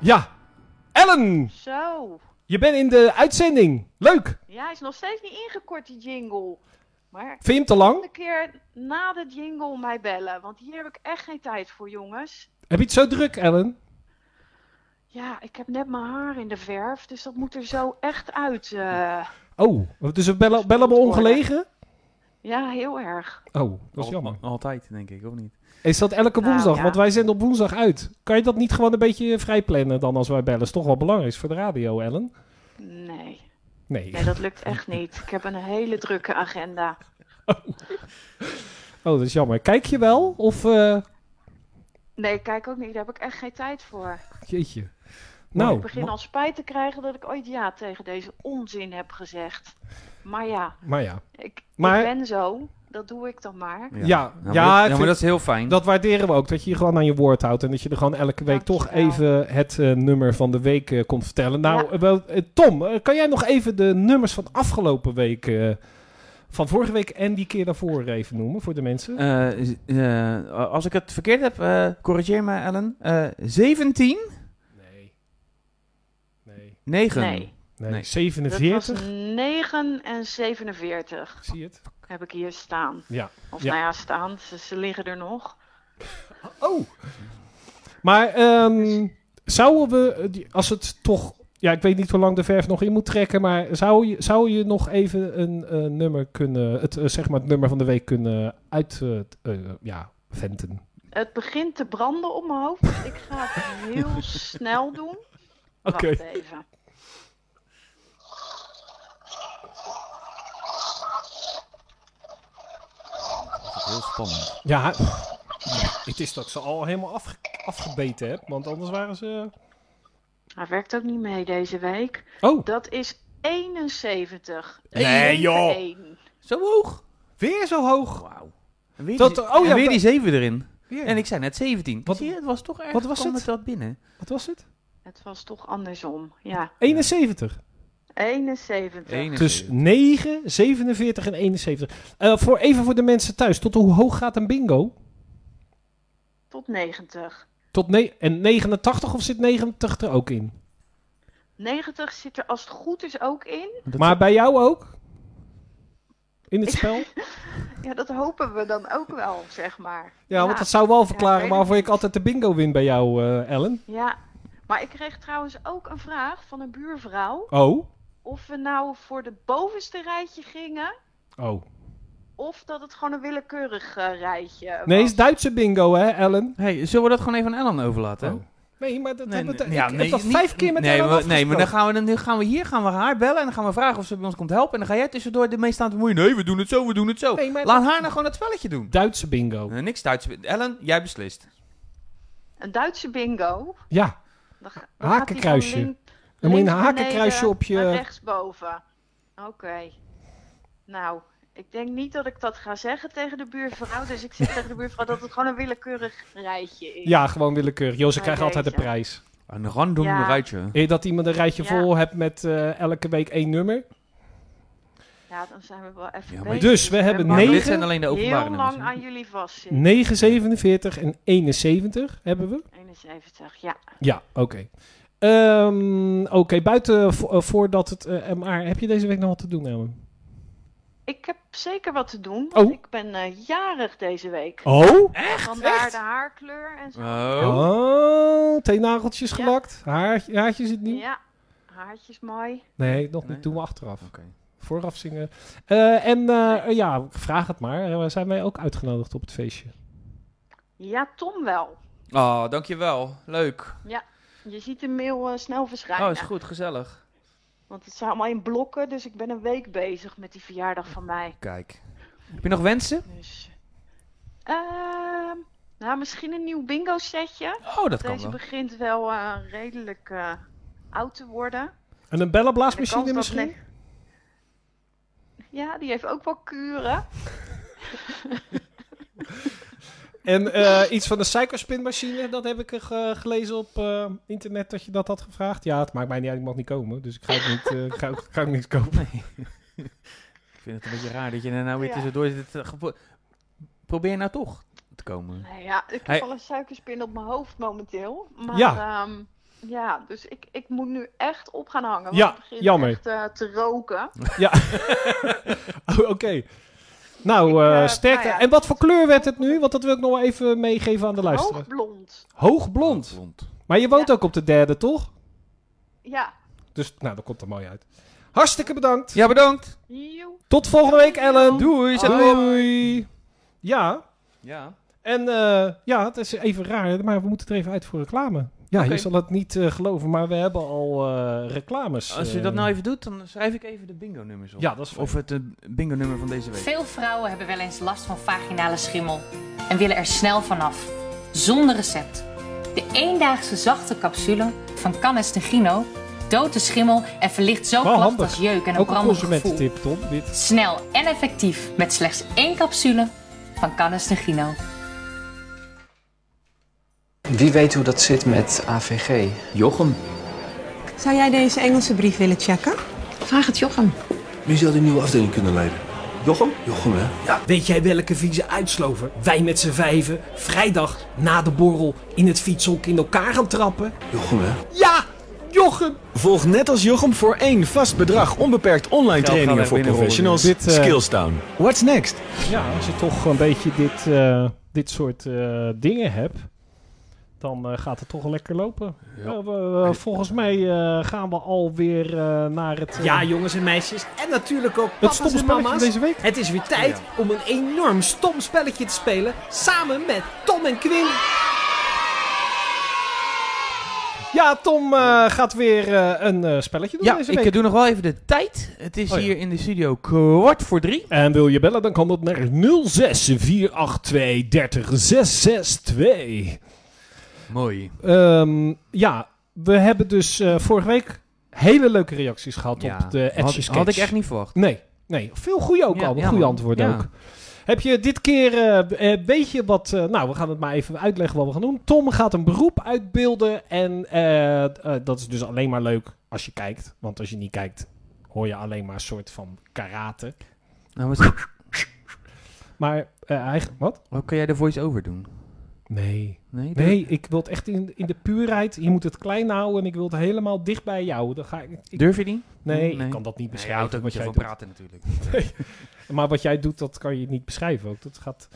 A: Ja. Ellen,
E: Zo.
A: je bent in de uitzending. Leuk.
E: Ja, hij is nog steeds niet ingekort, die jingle. Maar
A: Vind je hem te lang?
E: een keer na de jingle mij bellen. Want hier heb ik echt geen tijd voor, jongens.
A: Heb je het zo druk, Ellen?
E: Ja, ik heb net mijn haar in de verf, dus dat moet er zo echt uit. eh.
A: Oh, dus we bellen, bellen we ongelegen?
E: ja, heel erg.
A: Oh, dat is
B: Al-
A: jammer.
B: Altijd, denk ik, of niet?
A: Is dat elke
E: Nou,
A: woensdag?
E: ja.
A: Want wij zenden op woensdag uit. Kan je dat niet gewoon een beetje vrij plannen dan als wij bellen? Is toch wel belangrijk voor de radio, Ellen?
E: Nee.
A: Nee.
E: Nee, dat lukt echt niet. Ik heb een hele drukke agenda.
A: Oh, dat is jammer. Kijk je wel? Of, eh,
E: Nee, ik kijk ook niet. Daar heb ik echt geen tijd voor.
A: jeetje.
E: ik
A: Nou,
E: begin al spijt te krijgen dat ik ooit ja tegen deze onzin heb gezegd. Maar ja,
A: maar ja.
E: ik,
A: Maar-
E: ik ben zo. Dat doe ik dan maar.
A: Ja. Ja,
B: Nou,
A: ja, ik
B: maar, dat, ja, maar
A: vind-
B: dat is heel fijn.
A: Dat waarderen we ook, dat je je gewoon aan je woord houdt. En dat je er gewoon elke week toch
E: Dankjewel.
A: even het eh, nummer van de week eh, komt vertellen. Nou,
E: Ja.
A: eh, wel, eh, Tom, eh, kan jij nog even de nummers van afgelopen week, eh, van vorige week en die keer daarvoor even noemen voor de mensen?
B: Eh, z- eh, als ik het verkeerd heb, eh, corrigeer me, Ellen. Eh 17,
A: Nee. Nee.
B: 9.
E: Nee,
A: Nee,
B: Nee.
E: dat
A: 47.
E: was 9 en 47
A: Zie je het?
E: heb ik hier staan.
A: Ja.
E: Of
A: Ja.
E: nou ja, staan. Ze, ze liggen er nog.
A: Oh. Maar ehm, zouden we, eh, die- als het toch, ja, ik weet niet hoe lang de verf nog in moet trekken, maar zou je, zou je nog even een eh, nummer kunnen, het, eh, zeg maar het nummer van de week kunnen uit, eh, t- eh, ja, venten?
E: Het begint te branden op mijn hoofd. dus Ik ga het heel snel doen.
A: Oké.
E: Wacht even.
B: Dat is heel spannend.
A: Ja, het is dat ik ze al helemaal afge- afgebeten heb, want anders waren ze...
E: Hij werkt ook niet mee deze week.
A: Oh,
E: Dat is 71.
A: Nee,
E: Zeven
A: joh.
E: één.
B: Zo hoog.
A: weer zo hoog.
B: Wauw. En weer,
A: Dat-
B: die,
A: oh
B: oh,
A: ja,
B: ja, weer
A: dat-
B: die 7 erin.
A: Weer.
B: En ik zei net 17.
A: Wat-
B: Wat, Zie je, het was toch erg.
A: wat was
B: kwam
A: het?
B: dat binnen?
A: Wat was het?
E: Het was toch andersom. Ja,
A: 71.
E: 71.
A: Dus 9, 47 en 71. Eh, voor, even voor de mensen thuis. Tot hoe hoog gaat een bingo?
E: Tot 90.
A: Tot ne- en 89 of zit 90 er ook in?
E: 90 zit er als het goed is ook in.
B: Dat-
A: maar bij jou ook? In het spel?
E: Ja, dat hopen we dan ook wel, zeg maar.
A: Ja, want dat zou wel verklaren
E: weet
A: waarvoor
E: ik
A: ik altijd de bingo win bij jou, eh, Ellen.
E: Ja, maar ik kreeg trouwens ook een vraag van een buurvrouw.
A: Oh?
E: Of we nou voor de bovenste rijtje gingen.
A: Oh.
E: Of dat het gewoon een willekeurig eh, rijtje was.
A: Nee, het is Duitse bingo, hè, Ellen?
B: Hey, zullen we dat gewoon even aan Ellen overlaten?
A: Oh. Nee, maar dat
B: Nee,
A: hebben we...
B: nee,
A: ja,
B: ja,
A: ik
B: nee,
A: heb dat
B: niet-
A: vijf keer met
B: nee,
A: Ellen
B: maar, nee, maar dan
A: afgesproken.
B: gaan we, dan, nu gaan we hier gaan we haar bellen en dan gaan we vragen of ze bij ons komt helpen. En dan ga jij tussendoor de meest aan te moeien. Nee, we doen het zo, we doen het zo.
A: Nee, maar-
B: Laat haar nou gewoon het spelletje doen.
A: Duitse bingo.
B: Eh, niks Duits. Ellen, jij beslist.
E: Een Duitse bingo.
A: Ja,
E: Dan ga- dan gaat die van
A: Hakenkruisje.
E: link-
A: dan moet je een
E: links
A: hakenkruisje
E: beneden
A: op je...
E: naar rechtsboven. Oké. Nou, Ik denk niet dat ik dat ga zeggen tegen de buurvrouw. Dus ik zeg tegen de buurvrouw dat het gewoon een willekeurig rijtje is.
A: Ja, gewoon willekeurig. Jo, ze
E: Bij
A: krijgen altijd de
E: deze.
A: prijs.
B: Een random
E: Ja.
B: rijtje.
A: Eh, Dat iemand een rijtje
E: Ja.
A: vol hebt met eh, elke week één nummer.
E: Ja, dan zijn we wel even
B: Ja, maar
E: bezig.
A: dus we
E: ik ben
A: hebben
B: Maar
E: bang
A: negen-
B: dit zijn alleen de
E: dat ik
B: openbare
E: Heel
B: nummers.
E: lang
B: hè?
E: aan jullie vastzit.
A: 9, 47 en 71 hebben we.
E: 71, ja.
A: Ja, oké. Ehm, oké, buiten vo- eh, voordat het eh, maar heb je deze week nog wat te doen, Elmen?
E: Ik heb zeker wat te doen, want
A: Oh.
E: ik ben eh, jarig deze week.
A: Oh?
E: Vandaar de haarkleur en zo.
B: Oh.
A: Oh, twee nageltjes
E: Ja.
A: gelakt. Haar, haartje zit niet.
E: Ja, haartjes mooi.
A: Nee, nog niet.
B: Nee.
A: Doen we achteraf.
B: Oké.
A: Vooraf zingen. Eh, en eh, ja, vraag het maar. Eh, Zijn wij ook uitgenodigd op het feestje?
E: Ja, Tom wel.
B: Oh, dankjewel. Leuk.
E: Je ziet de mail eh, snel verschijnen.
B: Oh, is goed. Gezellig.
E: Want het zijn allemaal in blokken, dus ik ben een week bezig met die verjaardag van mij.
B: Kijk. Heb je nog wensen?
E: Dus, ehm, nou, misschien een nieuw bingo setje.
B: Oh, dat kan
E: Deze
B: wel.
E: begint wel eh, redelijk eh, oud te worden.
A: En een
E: De kans
A: bellenblaasmachine
E: dat
A: misschien?
E: le- Ja, die heeft ook wel kuren.
A: En eh, iets van de suikerspinmachine, dat heb ik eh, ge- gelezen op eh, internet dat je dat had gevraagd. Ja, het maakt mij niet uit, ik mag niet komen. Dus ik ga ook, niet, eh, ik ga, ook- ik ga ook niks kopen.
B: Ik vind het een beetje raar dat je er nou weer
E: Ja.
B: tussendoor zit. te gepo- Probeer nou toch te komen.
E: Nou ja, ik heb
B: Hij-
E: al een suikerspin op mijn hoofd momenteel. Maar
A: Ja.
E: ja,
F: ehm,
E: ja dus ik, ik moet nu echt op gaan hangen. Want
A: Ja,
E: het begint
A: jammer.
E: echt eh, te roken.
A: Oh, Oké. Nou, eh
E: eh,
A: sterkte.
E: nou ja.
A: En wat voor kleur werd het nu? Want dat wil ik nog wel even meegeven aan de luisteraar.
E: Hoogblond.
A: Hoogblond. Maar je woont ook op de derde, toch?
E: Ja.
A: Dus, nou, dat komt er mooi uit. Hartstikke bedankt.
B: Ja, bedankt.
E: Joe.
A: Tot volgende week, Ellen.
B: Doei. zet hem op.
A: Doei. Ja.
B: Ja.
A: En eh, ja, het is even raar, maar we moeten er even uit voor reclame. Ja,
B: Oké.
A: je zal het niet eh, geloven, maar we hebben al eh, reclames.
B: Als je
A: eh.
B: dat nou even doet, dan schrijf ik even de bingo-nummers op.
A: Ja, dat is fijn.
B: Of het eh, bingo-nummer van deze week.
G: Veel vrouwen hebben wel eens last van vaginale schimmel en willen er snel vanaf, zonder recept. De eendaagse zachte capsule van Canes de Gino doodt de schimmel en verlicht
A: Wel
G: zo klachten
A: handig.
G: als jeuk en een
A: Ook een
G: brandend gevoel.
A: consumententip, Tom. Dit.
G: Snel en effectief met slechts één capsule van Canes de Gino.
H: Wie weet hoe dat zit met AVG? Jochem.
I: Zou jij deze Engelse brief willen checken?
J: Vraag het Jochem.
K: Wie zou de nieuwe afdeling kunnen leiden? Jochem? Jochem, hè?
D: Weet jij welke vieze uitslover wij met z'n vijven vrijdag na de borrel in het fietshok in elkaar gaan trappen?
K: Jochem, hè?
D: Ja, Jochem!
L: Volg net als Jochem voor één vast bedrag onbeperkt online
B: gaan
L: trainingen
B: wij
L: voor
B: binnenrollen
L: professionals.
A: nu. Dit, eh,
L: Skillstown. What's next?
A: Ja, als je toch een beetje dit, eh, dit soort eh, dingen hebt, dan eh, gaat het toch wel lekker lopen. Nou, we- we- volgens mij eh, gaan we alweer eh, naar het, eh,
D: Ja, jongens en meisjes. En natuurlijk ook
A: het
D: papa's
A: stomme
D: en
A: spelletje van
D: mama's.
A: deze week.
D: Het is weer tijd om een enorm stom spelletje te spelen. Samen met Tom en Quinn.
A: Ja, Tom eh, gaat weer eh, een eh, spelletje doen
B: Ja,
A: deze week.
B: ik doe nog wel even de tijd. Het is
A: Oh ja.
B: hier in de studio kwart voor drie.
A: En wil je bellen, dan kan dat naar 06 482 30 662.
B: Mooi.
A: Ehm, ja, we hebben dus eh, vorige week hele leuke reacties gehad op de Edge
B: had,
A: Sketch.
B: had ik echt niet verwacht.
A: Nee, nee. Veel goede ook
B: Ja,
A: al.
B: ja,
A: goede
B: man.
A: antwoorden
B: Ja.
A: ook. Heb je dit keer, eh, eh, weet je wat... eh, nou, we gaan het maar even uitleggen wat we gaan doen. Tom gaat een beroep uitbeelden. En eh, eh, dat is dus alleen maar leuk als je kijkt. Want als je niet kijkt, hoor je alleen maar een soort van karate.
B: Nou, wat,
A: Maar eh, eigenlijk... Wat?
B: wat kan jij de voice-over doen?
A: Nee.
B: Nee? doe-
A: Nee, ik wil het echt in, in de puurheid. Je moet het klein houden en ik wil het helemaal dicht bij jou. Dan ga ik, ik-
B: Durf je die?
A: nee,
B: Nee.
A: ik kan dat niet
B: Nee,
A: beschrijven. wat jij
B: van
A: doet.
B: praten natuurlijk.
A: Maar wat jij doet, dat kan je niet beschrijven ook. Dat gaat...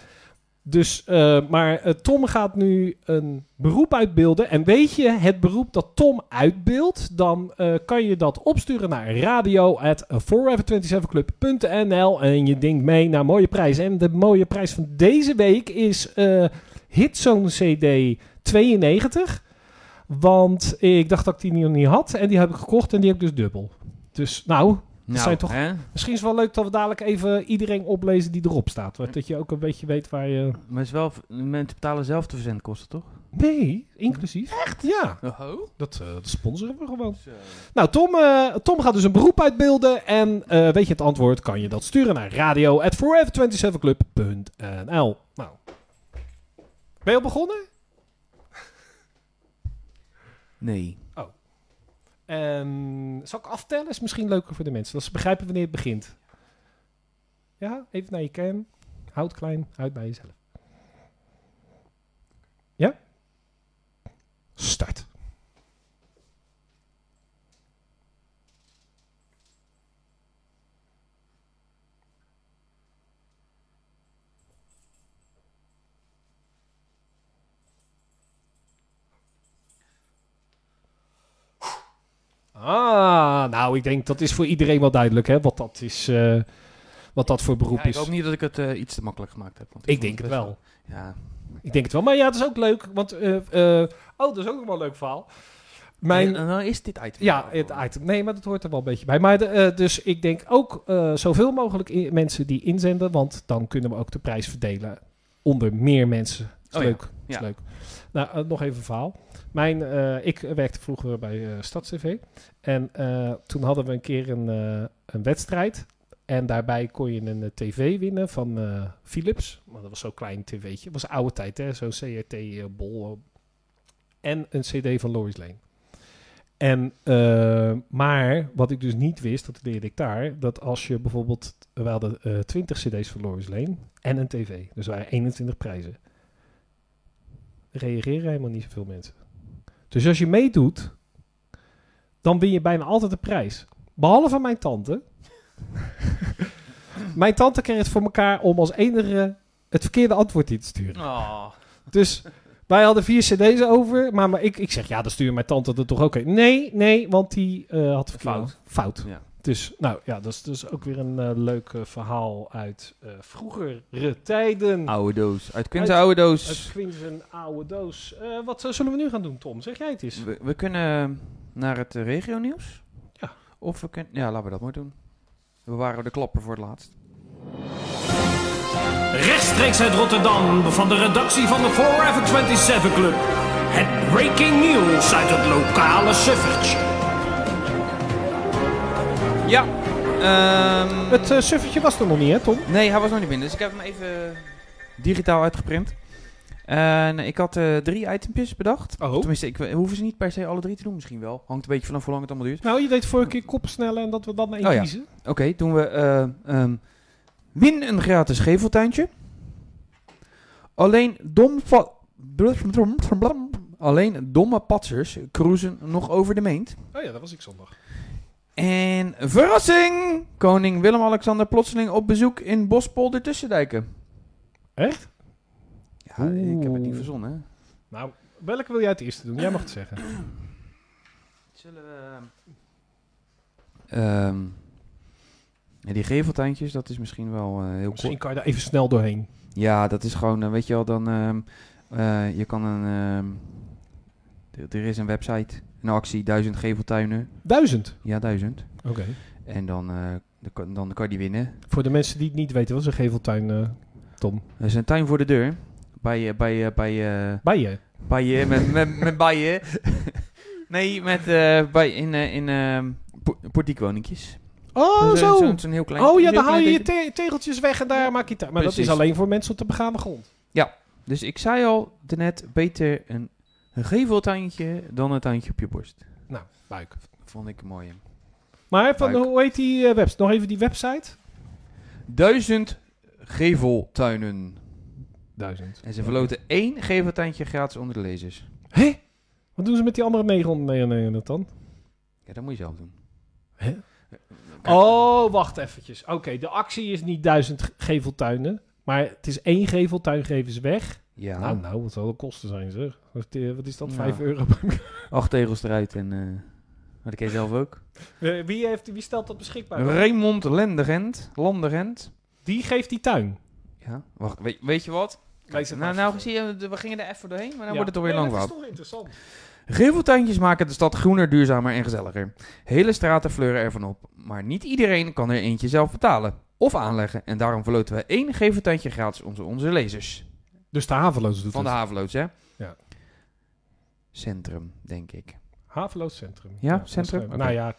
A: Dus, eh, maar eh, Tom gaat nu een beroep uitbeelden. En weet je, het beroep dat Tom uitbeeldt, dan eh, kan je dat opsturen naar radio at forever27club.nl. En je denkt mee naar mooie prijs. En de mooie prijs van deze week is eh Hitzone CD 92. Want ik dacht dat ik die nog niet had. En die heb ik gekocht en die heb ik dus dubbel. Dus nou,
B: Nou,
A: zijn toch-
B: hè?
A: Misschien is het wel leuk dat we dadelijk even iedereen oplezen die erop staat. want Dat je ook een beetje weet waar je...
B: Maar het is wel, mensen betalen zelf de verzendkosten, toch?
A: Nee, inclusief. Echt? Ja.
B: Oh.
A: Dat, eh, dat sponsoren we gewoon. Nou, Tom, eh, Tom gaat dus een beroep uitbeelden. En eh, weet je het antwoord, kan je dat sturen naar radio at forever27club.nl. Nou. Ben je al begonnen?
B: Nee.
A: En Ehm, zal ik aftellen? Is misschien leuker voor de mensen. Dat ze begrijpen wanneer het begint. Ja, even naar je cam. Houd klein, uit bij jezelf. Ja? Start. Ah, nou, ik denk dat is voor iedereen wel duidelijk, hè? Wat dat is, eh, wat dat voor beroep
B: Ja, ik
A: is.
B: hoop niet dat ik het eh, iets te makkelijk gemaakt heb. Want
A: Ik denk
B: vond
A: het
B: best Ja.
A: Ik denk het wel. Maar ja, dat is ook leuk. Want, eh, eh, oh, dat is ook nog wel een leuk verhaal. Mijn,
B: Nee, dan eh, nou, is dit item.
A: Ja, het item. Nee, maar dat hoort er wel een beetje bij. Maar de, eh, dus ik denk ook eh, zoveel mogelijk i- mensen die inzenden. Want dan kunnen we ook de prijs verdelen onder meer mensen. Is
B: Oh ja,
A: leuk. Is
B: ja.
A: leuk. Nou, eh, nog even een verhaal. Mijn, eh, ik werkte vroeger bij eh, StadsTV. En eh, toen hadden we een keer een, eh, een wedstrijd. En daarbij kon je een eh, tv winnen van eh, Philips. Maar dat was zo'n klein tv'tje. Dat was oude tijd, hè? Zo'n CRT-bol. eh, en een cd van Loris Lane. En, eh, maar wat ik dus niet wist, dat leerde ik daar, dat als je bijvoorbeeld, we hadden eh 20 cd's van Loris Lane en een tv. Dus er waren 21 prijzen. Reageren helemaal niet zoveel mensen. Dus als je meedoet, dan win je bijna altijd een prijs. Behalve mijn tante. mijn tante kreeg het voor elkaar om als enige het verkeerde antwoord in te sturen.
B: Oh.
A: Dus wij hadden vier cd's over. Maar, maar ik, ik zeg, ja, dan stuur mijn tante er toch ook heen. Nee, nee, want die eh, had fout. fout.
B: Ja.
A: Dus nou ja, dat is dus ook weer een eh, leuk eh, verhaal uit eh, vroegere tijden.
B: Oude doos. Uit Quinten
A: Hm. Uit-
B: oude
A: Uit
B: doos.
A: Queens een oude doos. Eh, wat eh, zullen we nu gaan doen, Tom? Zeg jij het eens.
B: We, we kunnen naar het eh, regionieuws.
A: Ja.
B: Of we kunnen... Ja, laten we dat maar doen. We waren de klapper voor het laatst.
D: Rechtstreeks uit Rotterdam van de redactie van de Forever 27 Club. Het breaking news uit het lokale suffertje.
B: Ja. ehm,
A: Het eh, suffertje was er nog niet, hè, Tom?
B: Nee, hij was nog niet binnen. Dus ik heb hem even digitaal uitgeprint. En ik had eh, drie itempjes bedacht.
A: Oh.
B: Tenminste, ik we hoeven ze niet per se alle drie te doen misschien wel. Hangt een beetje vanaf hoe lang het allemaal duurt.
A: Nou, je deed vorige keer kopsnellen en dat we dan één
B: Oh ja.
A: kiezen.
B: Oké, doen we... eh, ehm, win een gratis geveltuintje. Alleen domva... Alleen domme patsers cruisen nog over de meent.
A: Oh ja, dat was ik zondag.
B: En verrassing! Koning Willem-Alexander plotseling op bezoek in Bospolder Tussendijken.
A: Echt?
B: Ja, ik heb het niet
A: Oeh.
B: verzonnen. hè.
A: Nou, welke wil jij het eerste doen? Jij mag het zeggen.
B: Zullen we... ehm, ja, die geveltuintjes, dat is misschien wel eh, heel
A: Misschien
B: kort.
A: kan je daar even snel doorheen.
B: Ja, dat is gewoon, eh, weet je wel, dan... ehm, eh, je kan een... ehm, d- er is een website, een actie, duizend geveltuinen.
A: Duizend.
B: Ja, duizend.
A: Oké.
B: En dan, eh, dan, kan, dan kan je die winnen.
A: Voor de mensen die het niet weten, wat is een geveltuin, eh, Tom?
B: Er is een tuin voor de deur. Bij je, bij je, bij je...
A: Bij je?
B: Bij je, met, met, met bij je. nee, met... eh, bij, in eh, in ehm, po- portiekwoninkjes.
A: Oh,
B: Zo'n-
A: zo.
B: zo'n- zo'n heel klein-
A: oh ja,
B: heel
A: dan haal
B: klein
A: je je
B: dingetje.
A: te- tegeltjes weg en daar maak je tuin. Maar dat
B: Precies.
A: is alleen voor mensen op de begane grond.
B: Dus ik zei al daarnet, beter een, een geveltuintje dan een tuintje op je borst.
A: Nou, buik.
B: Vond ik mooi.
A: Maar van,
B: Buik.
A: hoe heet die eh, website? Nog even die website?
B: Duizend geveltuinen.
A: Duizend.
B: En ze verloten één geveltuintje gratis onder de lezers.
A: Hé? Wat doen ze met die andere 999 dan?
B: Ja, dat moet je zelf doen.
A: Hè? Oh, wacht eventjes. Oké, de actie is niet duizend ge- geveltuinen. Maar het is één geveltuin geven ze weg.
B: Ja,
A: Nou, nou, wat zal de kosten zijn, zeg. Wat, eh, wat is dat,
B: Ah. Ja.
A: vijf euro?
B: acht tegels eruit en... eh maar dat ken je zelf ook.
A: Eh, wie, heeft, wie stelt dat beschikbaar?
B: Raymond Lenderent. Landerent.
A: Die geeft die tuin.
B: Ja, wacht. Weet, weet je wat?
A: Lees het
B: nou,
A: maar
B: nou
A: even.
B: zie je, we gingen er even doorheen, maar dan
A: Ja.
B: wordt het toch weer
A: Nee,
B: lang
A: dat is
B: verhaal.
A: toch interessant.
B: Geveltuintjes maken de stad groener, duurzamer en gezelliger. Hele straten fleuren ervan op, maar niet iedereen kan er eentje zelf betalen of aanleggen. En daarom verloten we één geveltuintje gratis onder onze lezers.
A: Dus de haveloos doet
B: Van de
A: het.
B: Haveloods, hè?
A: Ja.
B: Centrum, denk ik.
A: Haveloos Centrum.
B: Ja,
A: dat is
B: centrum?
A: leuk.
B: Oké.
A: Nou ja,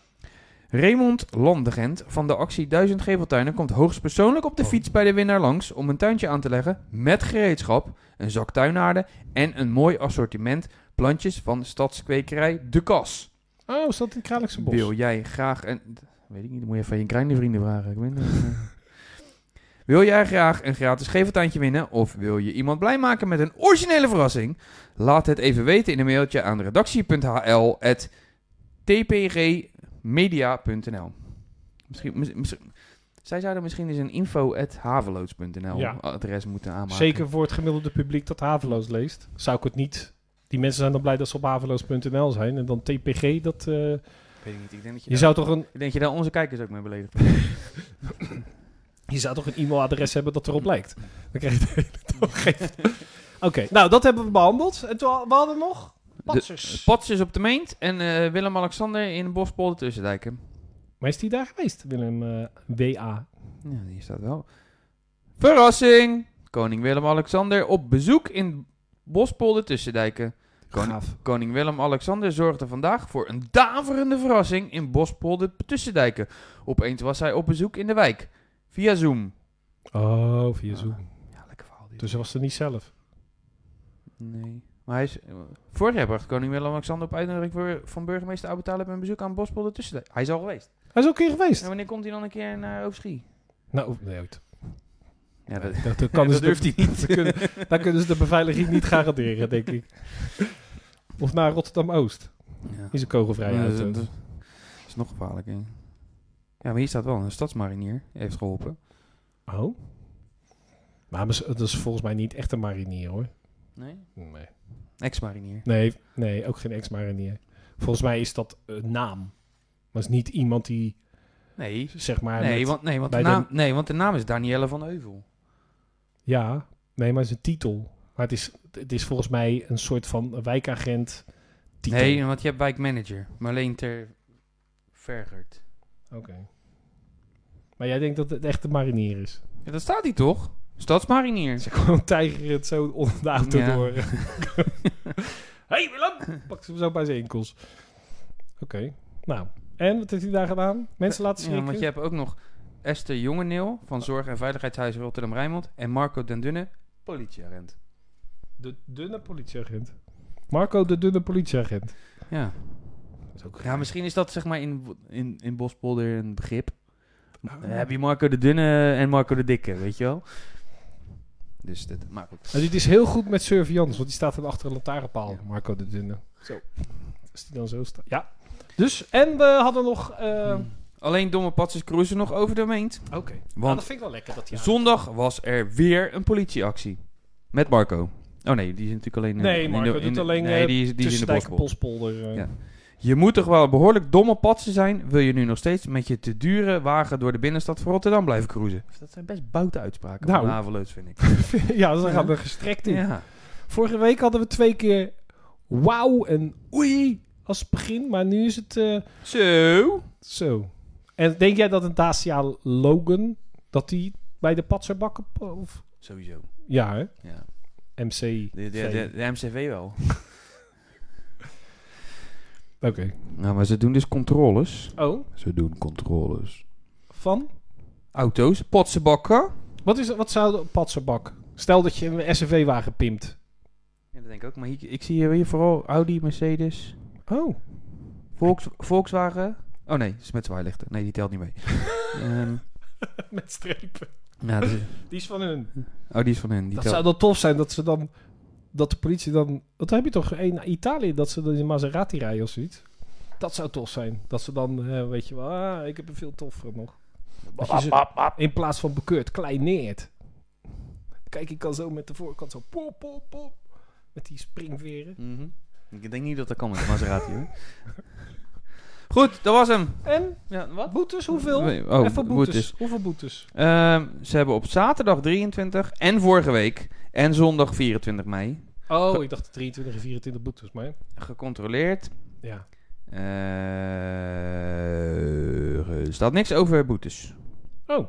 B: Raymond Landegent van de actie 1000 Geveltuinen komt hoogstpersoonlijk op de fiets bij de winnaar langs om een tuintje aan te leggen met gereedschap, een zak tuinaarde en een mooi assortiment plantjes van stadskwekerij De Kas.
A: oh, is dat in het Kralingse Bos?
B: Wil jij graag een... Weet ik niet, dan moet je van je kleine vrienden vragen. Ik weet het niet. Wil jij graag een gratis geveltuintje winnen of wil je iemand blij maken met een originele verrassing? Laat het even weten in een mailtje aan redactie.hl@tprmedia.nl. Misschien, mis- mis- zij zouden misschien eens een info@haveloods.nl
A: Ja.
B: adres moeten aanmaken.
A: Zeker voor het gemiddelde publiek dat Haveloos leest, zou ik het niet. Die mensen zijn dan blij dat ze op haveloos.nl zijn. En dan TPG, dat... eh,
B: Weet ik niet. Ik denk dat je,
A: je,
B: daar-
A: zou toch een,
B: ik denk dat je daar onze kijkers ook mee beledigt.
A: je zou toch een e-mailadres hebben dat erop lijkt? Dan krijg je het toch geen... Oké, nou dat hebben we behandeld. En toen, had- we hadden nog patsers.
B: Pats is op de meent en eh, Willem-Alexander in Bospolder Tussendijken.
A: Maar is die daar geweest, Willem eh, W.A.?
B: Ja, hier staat wel. Verrassing! Koning Willem-Alexander op bezoek in Bospolder Tussendijken. Koning,
A: Gaaf.
B: koning Willem-Alexander zorgde vandaag voor een daverende verrassing in Bospolder Tussendijken. Opeens was hij op bezoek in de wijk. Via Zoom.
A: Oh, via Zoom.
B: Ja, lekker verhaal dit.
A: Dus hij was er niet zelf.
B: Nee. Maar hij is... eh, Vorig jaar bracht koning Willem-Alexander op uitnodiging voor- van burgemeester Abu Talib een bezoek aan Bospolder Tussendijken. Hij is al geweest.
A: Hij is ook een keer geweest.
B: En wanneer komt hij dan een keer naar Overschie?
A: Nou, nee, ooit.
B: Ja, dat,
A: Dat, dat kan dus de-
B: durft hij niet.
A: Ze kunnen, daar kunnen ze de beveiliging niet garanderen, denk ik. Of naar Rotterdam-Oost.
B: Ja.
A: Is een kogelvrij
B: Ja, dat,
A: auto.
B: is- dat is nog gevaarlijk. Hè? Ja, maar hier staat wel een stadsmarinier. Heeft geholpen.
A: Oh. Maar mis- dat is volgens mij niet echt een marinier, hoor.
B: Nee?
A: Nee.
B: Ex-marinier.
A: Nee, nee ook geen ex-marinier. Volgens mij is dat een naam. Maar is niet iemand die,
B: Nee.
A: zeg maar...
B: Nee
A: met-
B: want, nee, want de
A: bij
B: naam, nee, want de naam is Danielle van Heuvel.
A: Ja, nee, maar het is een titel. Maar het is, het is volgens mij een soort van wijkagent titel.
B: Nee, want je hebt wijkmanager. Marleen Ter Vergert.
A: Oké. Maar jij denkt dat het echt een marinier is?
B: Ja, dat staat hij toch? Stadsmarinier.
A: Ze gewoon tijger het zo onder de auto
B: Ja.
A: door. hey, Willem! Pak ze hem zo bij zijn enkels. Oké, nou. En, wat heeft hij daar gedaan? Mensen laten
B: Ja,
A: schrikken?
B: want je hebt ook nog Esther Jongeneel van Zorg- en Veiligheidshuis Rotterdam-Rijnmond. En Marco den Dunne, politieagent.
A: De dunne politieagent. Marco, de dunne politieagent.
B: Ja.
A: Dat is ook
B: Ja, misschien is dat zeg maar in, in, in Bospolder een begrip. Dan heb je Marco de Dunne en Marco de Dikke, weet je wel? Dus dat, maar goed.
A: Nou, dit is heel goed met surveillance, want die staat dan achter een lantaarnpaal. Marco de Dunne. Zo. Als die dan zo staat. Ja. Dus, en we hadden nog... eh,
B: Hmm. Alleen domme patsers cruisen nog over de meent.
A: Oké. Nou,
B: Want
A: dat vind ik wel lekker dat hij...
B: zondag was er weer een politieactie. Met Marco. Oh nee, die is natuurlijk alleen... eh,
A: Nee,
B: in
A: Marco
B: de, in
A: doet
B: de-
A: alleen
B: Nee,
A: eh,
B: die is, die is in de
A: Tussendijk
B: Bospolder.
A: Polspolder. eh.
B: Ja. Je moet toch wel een behoorlijk domme patsen zijn... wil je nu nog steeds met je te dure wagen door de binnenstad van Rotterdam blijven cruisen. Dat zijn best boute uitspraken
A: Nou.
B: van Haveloods, vind ik.
A: ja, dus dan gaan we gestrekt in.
B: ja.
A: Vorige week hadden we twee keer wauw en oei als begin, maar nu is het eh,
B: Zo.
A: zo. En denk jij dat een Dacia Logan, dat die bij de patserbakken... Of?
B: Sowieso.
A: Ja, hè?
B: Ja.
A: MC.
B: De, de, de, de MCV wel.
A: Oké.
B: Nou, maar ze doen dus controles.
A: Oh,
B: Ze doen controles.
A: van?
B: Auto's, potsenbakken.
A: Wat, is, wat zou een patserbak? Stel dat je een SUV-wagen pimpt.
B: Ja, dat denk ik ook. Maar hier, ik zie hier weer vooral Audi, Mercedes,
A: Oh.
B: Volks, Volkswagen. Oh nee, dat is met zwaailichten. Nee, die telt niet mee. Ehm
A: Met strepen.
B: ja, dat is-
A: Die is van hun.
B: oh, die is van hen. Die
A: dat
B: telt.
A: zou dan tof zijn dat ze dan... Dat de politie dan... Wat heb je toch in Italië? Dat ze dan in Maserati rijden of zoiets? Dat zou tof zijn. Dat ze dan, eh, weet je wel... Ah, ik heb een veel toffere nog. Dat je ze in plaats van bekeurd, kleineert. Kijk, ik kan zo met de voorkant zo... Pop, pop, pop. Met die springveren.
B: Mhm. Ik denk niet dat dat kan met de Maserati hoor. Goed, dat was hem.
A: En
B: Ja, wat?
A: boetes, hoeveel?
B: Nee, oh,
A: Even boetes.
B: boetes.
A: Hoeveel boetes?
B: Ehm, ze hebben op zaterdag 23 en vorige week en zondag 24 mei
A: Oh,
B: Ge-
A: ik dacht 23 en 24 boetes, maar...
B: gecontroleerd
A: Ja.
B: Eh, er staat niks over boetes.
A: Oh.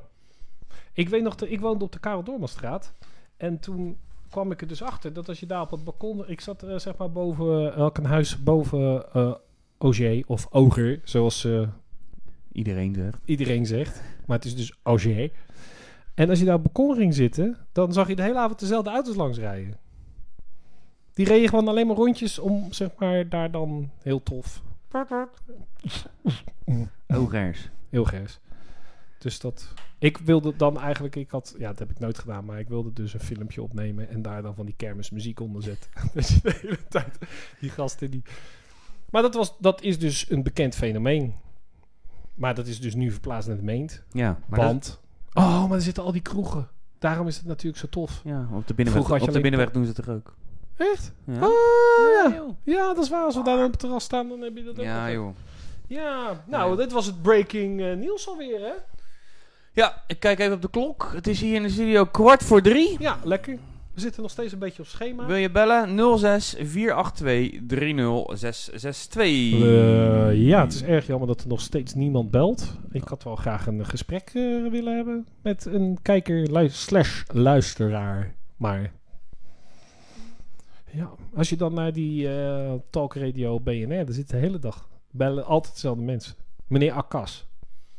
A: Ik weet nog, dat- ik woonde op de Karel Doormanstraat. En toen kwam ik er dus achter dat als je daar op het balkon... Ik zat eh, zeg maar boven eh, elk een huis boven eh Auger of Oger, zoals eh,
B: Iedereen zegt.
A: iedereen zegt. Maar het is dus Auger. En als je daar op het balkon ging zitten, dan zag je de hele avond dezelfde auto's langs rijden. Die reden gewoon alleen maar rondjes om, zeg maar, daar dan heel tof.
B: Ogers.
A: Heel gers. Dus dat... Ik wilde dan eigenlijk... Ik had, ja, dat heb ik nooit gedaan, maar ik wilde dus een filmpje opnemen en daar dan van die kermismuziek onder zetten. dat je de hele tijd die gasten die... Maar dat, was, dat is dus een bekend fenomeen. Maar dat is dus nu verplaatst naar de meent.
B: Ja, maar
A: Want... Oh, maar er zitten al die kroegen. Daarom is het natuurlijk zo tof.
B: dat- ja, op de binnenweg,
A: Vroeger had je
B: op de
A: alleen-
B: binnenweg doen ze het er ook.
A: Echt?
B: Ja.
A: Oh, ja. ja, dat is waar. Als we daar dan op het terras staan, dan heb je dat ook.
B: Ja,
A: nog.
B: joh.
A: Ja, nou, dit was het breaking eh, nieuws alweer, hè?
B: Ja, ik kijk even op de klok. Het is hier in de studio kwart voor drie.
A: Ja, lekker. We zitten nog steeds een beetje op schema.
B: Wil je bellen? 06 482 30662.
A: Eh, ja, het is erg jammer dat er nog steeds niemand belt. Ik had wel graag een gesprek eh, willen hebben met een kijker lui- slash luisteraar. Maar ja, als je dan naar die eh Talk Radio BNR, daar zit de hele dag bellen altijd dezelfde mensen. Meneer Akas.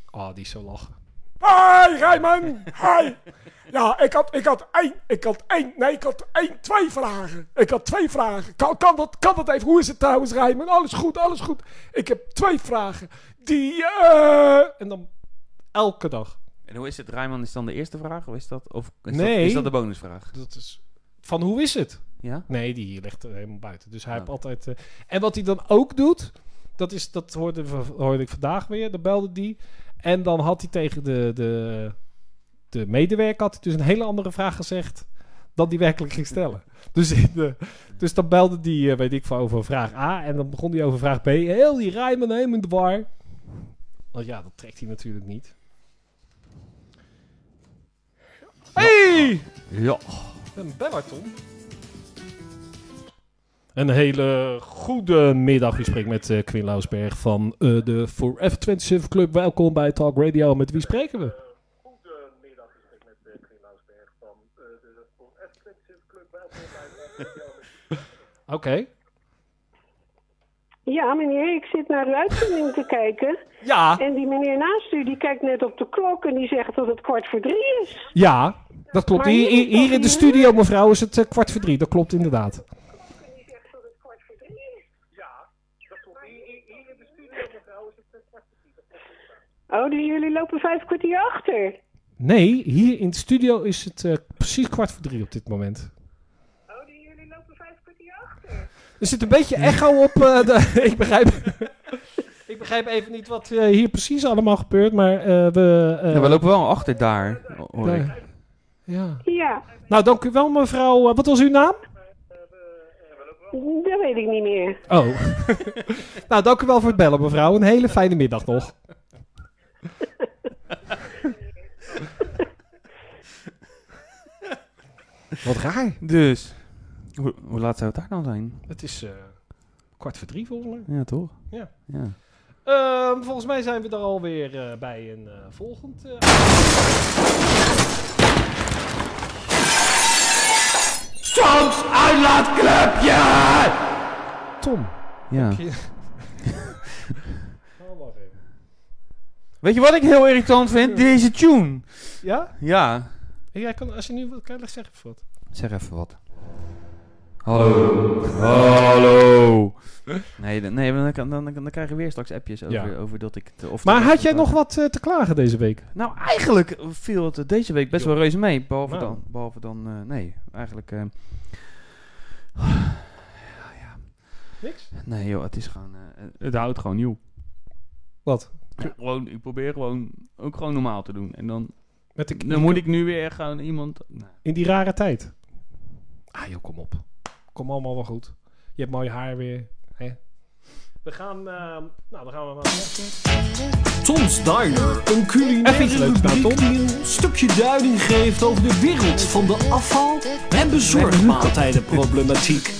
A: Ah, die is zo lachen.
J: Hi, Rijman. Hi. Ja, ik had, ik had één, ik had één, nee, ik had één, twee vragen. Ik had twee vragen. Kan, kan, dat, kan dat even? Hoe is het trouwens, Rijman? Alles goed, alles goed. Ik heb twee vragen. Die, eh...
A: En dan elke dag.
B: En hoe is het? Rijman is dan de eerste vraag? Of is dat, of is
A: Nee.
B: dat, is dat de bonusvraag?
A: Dat is van hoe is het?
B: Ja?
A: Nee, die legt er helemaal buiten. Dus hij heeft altijd. eh, en wat hij dan ook doet, dat, is, dat hoorde, we- hoorde ik vandaag weer. Dan belde die. En dan had hij tegen de, de, de medewerker had hij dus een hele andere vraag gezegd. dan die werkelijk ging stellen. Dus, in de- dus dan belde die, eh, weet ik van, over vraag A. En dan begon hij over vraag B. Heel die rijmen helemaal in de war. Want ja, dat trekt hij natuurlijk niet. Hey!
B: Ja.
A: Een bellaton. Een hele goede middag. U spreekt met eh Quinn Lausberg van eh, de Forever 27 Club. Welkom bij Talk Radio. Met wie spreken we? Oké.
M: Ja, meneer, ik zit naar de uitzending te kijken.
A: Ja.
M: En die meneer naast u, die kijkt net op de klok en die zegt dat het kwart voor drie is.
A: Ja, dat klopt.
M: Maar
A: Hier,
M: hier is
A: hier- hier in de studio, mevrouw, is het eh, kwart voor drie. Dat klopt inderdaad.
M: Oh, dus jullie lopen vijf kwartier achter.
A: Nee, hier in de studio is het eh, precies kwart voor drie op dit moment. Er zit een beetje echo op. eh, de, ik, begrijp, ik begrijp even niet wat eh, hier precies allemaal gebeurt, maar eh, we... eh,
B: Ja, we lopen wel achter daar, hoor
A: daar-
B: ik.
A: Ja.
M: Ja,
A: Nou, dank u wel mevrouw. Eh, wat was uw naam?
M: dat weet ik niet meer.
A: Oh. nou, dank u wel voor het bellen mevrouw. Een hele fijne middag nog. Wat raar.
B: Dus, hoe, hoe laat zou het daar dan zijn?
A: Het is eh, kwart voor drie volgens mij.
B: Ja, toch?
A: Ja.
B: ja.
A: Ehm, volgens mij zijn we er alweer eh, bij een eh, volgend. eh,
J: Soms uitlaatklapje!
A: Tom.
B: Ja.
A: heb je- Oh, wacht even.
B: Weet je wat ik heel irritant vind? Deze tune.
A: Ja?
B: Ja.
A: Jij kan, als je nu wilt, kan je zeggen of wat.
B: Zeg even wat. Hallo. Hallo. Nee, dan, nee dan, dan, dan, dan krijg je weer straks appjes over,
A: Ja.
B: over dat ik... het- Of
A: Maar
B: dat-
A: had jij nog wat eh, te klagen deze week?
B: Nou, eigenlijk viel het deze week best wel reuze mee. Behalve
A: Nou.
B: dan... Behalve dan eh, nee, eigenlijk... eh,
A: Niks?
B: nee joh, het is gewoon... eh, het houdt gewoon nieuw.
A: Wat?
B: Ja, gewoon, ik probeer gewoon ook gewoon normaal te doen. En dan,
A: Met de
B: dan moet ik nu weer gaan iemand... Nou,
A: In die rare tijd. Ah joh, kom op. Kom allemaal wel goed. Je hebt mooi haar weer. Hè? We gaan... ehm, nou, dan gaan we maar...
N: Tom's Diner, een
A: Even iets
N: culinaire
A: leuks nou,
N: rubriek die een stukje duiding geeft over de wereld van de afval- en bezorgmaaltijdenproblematiek.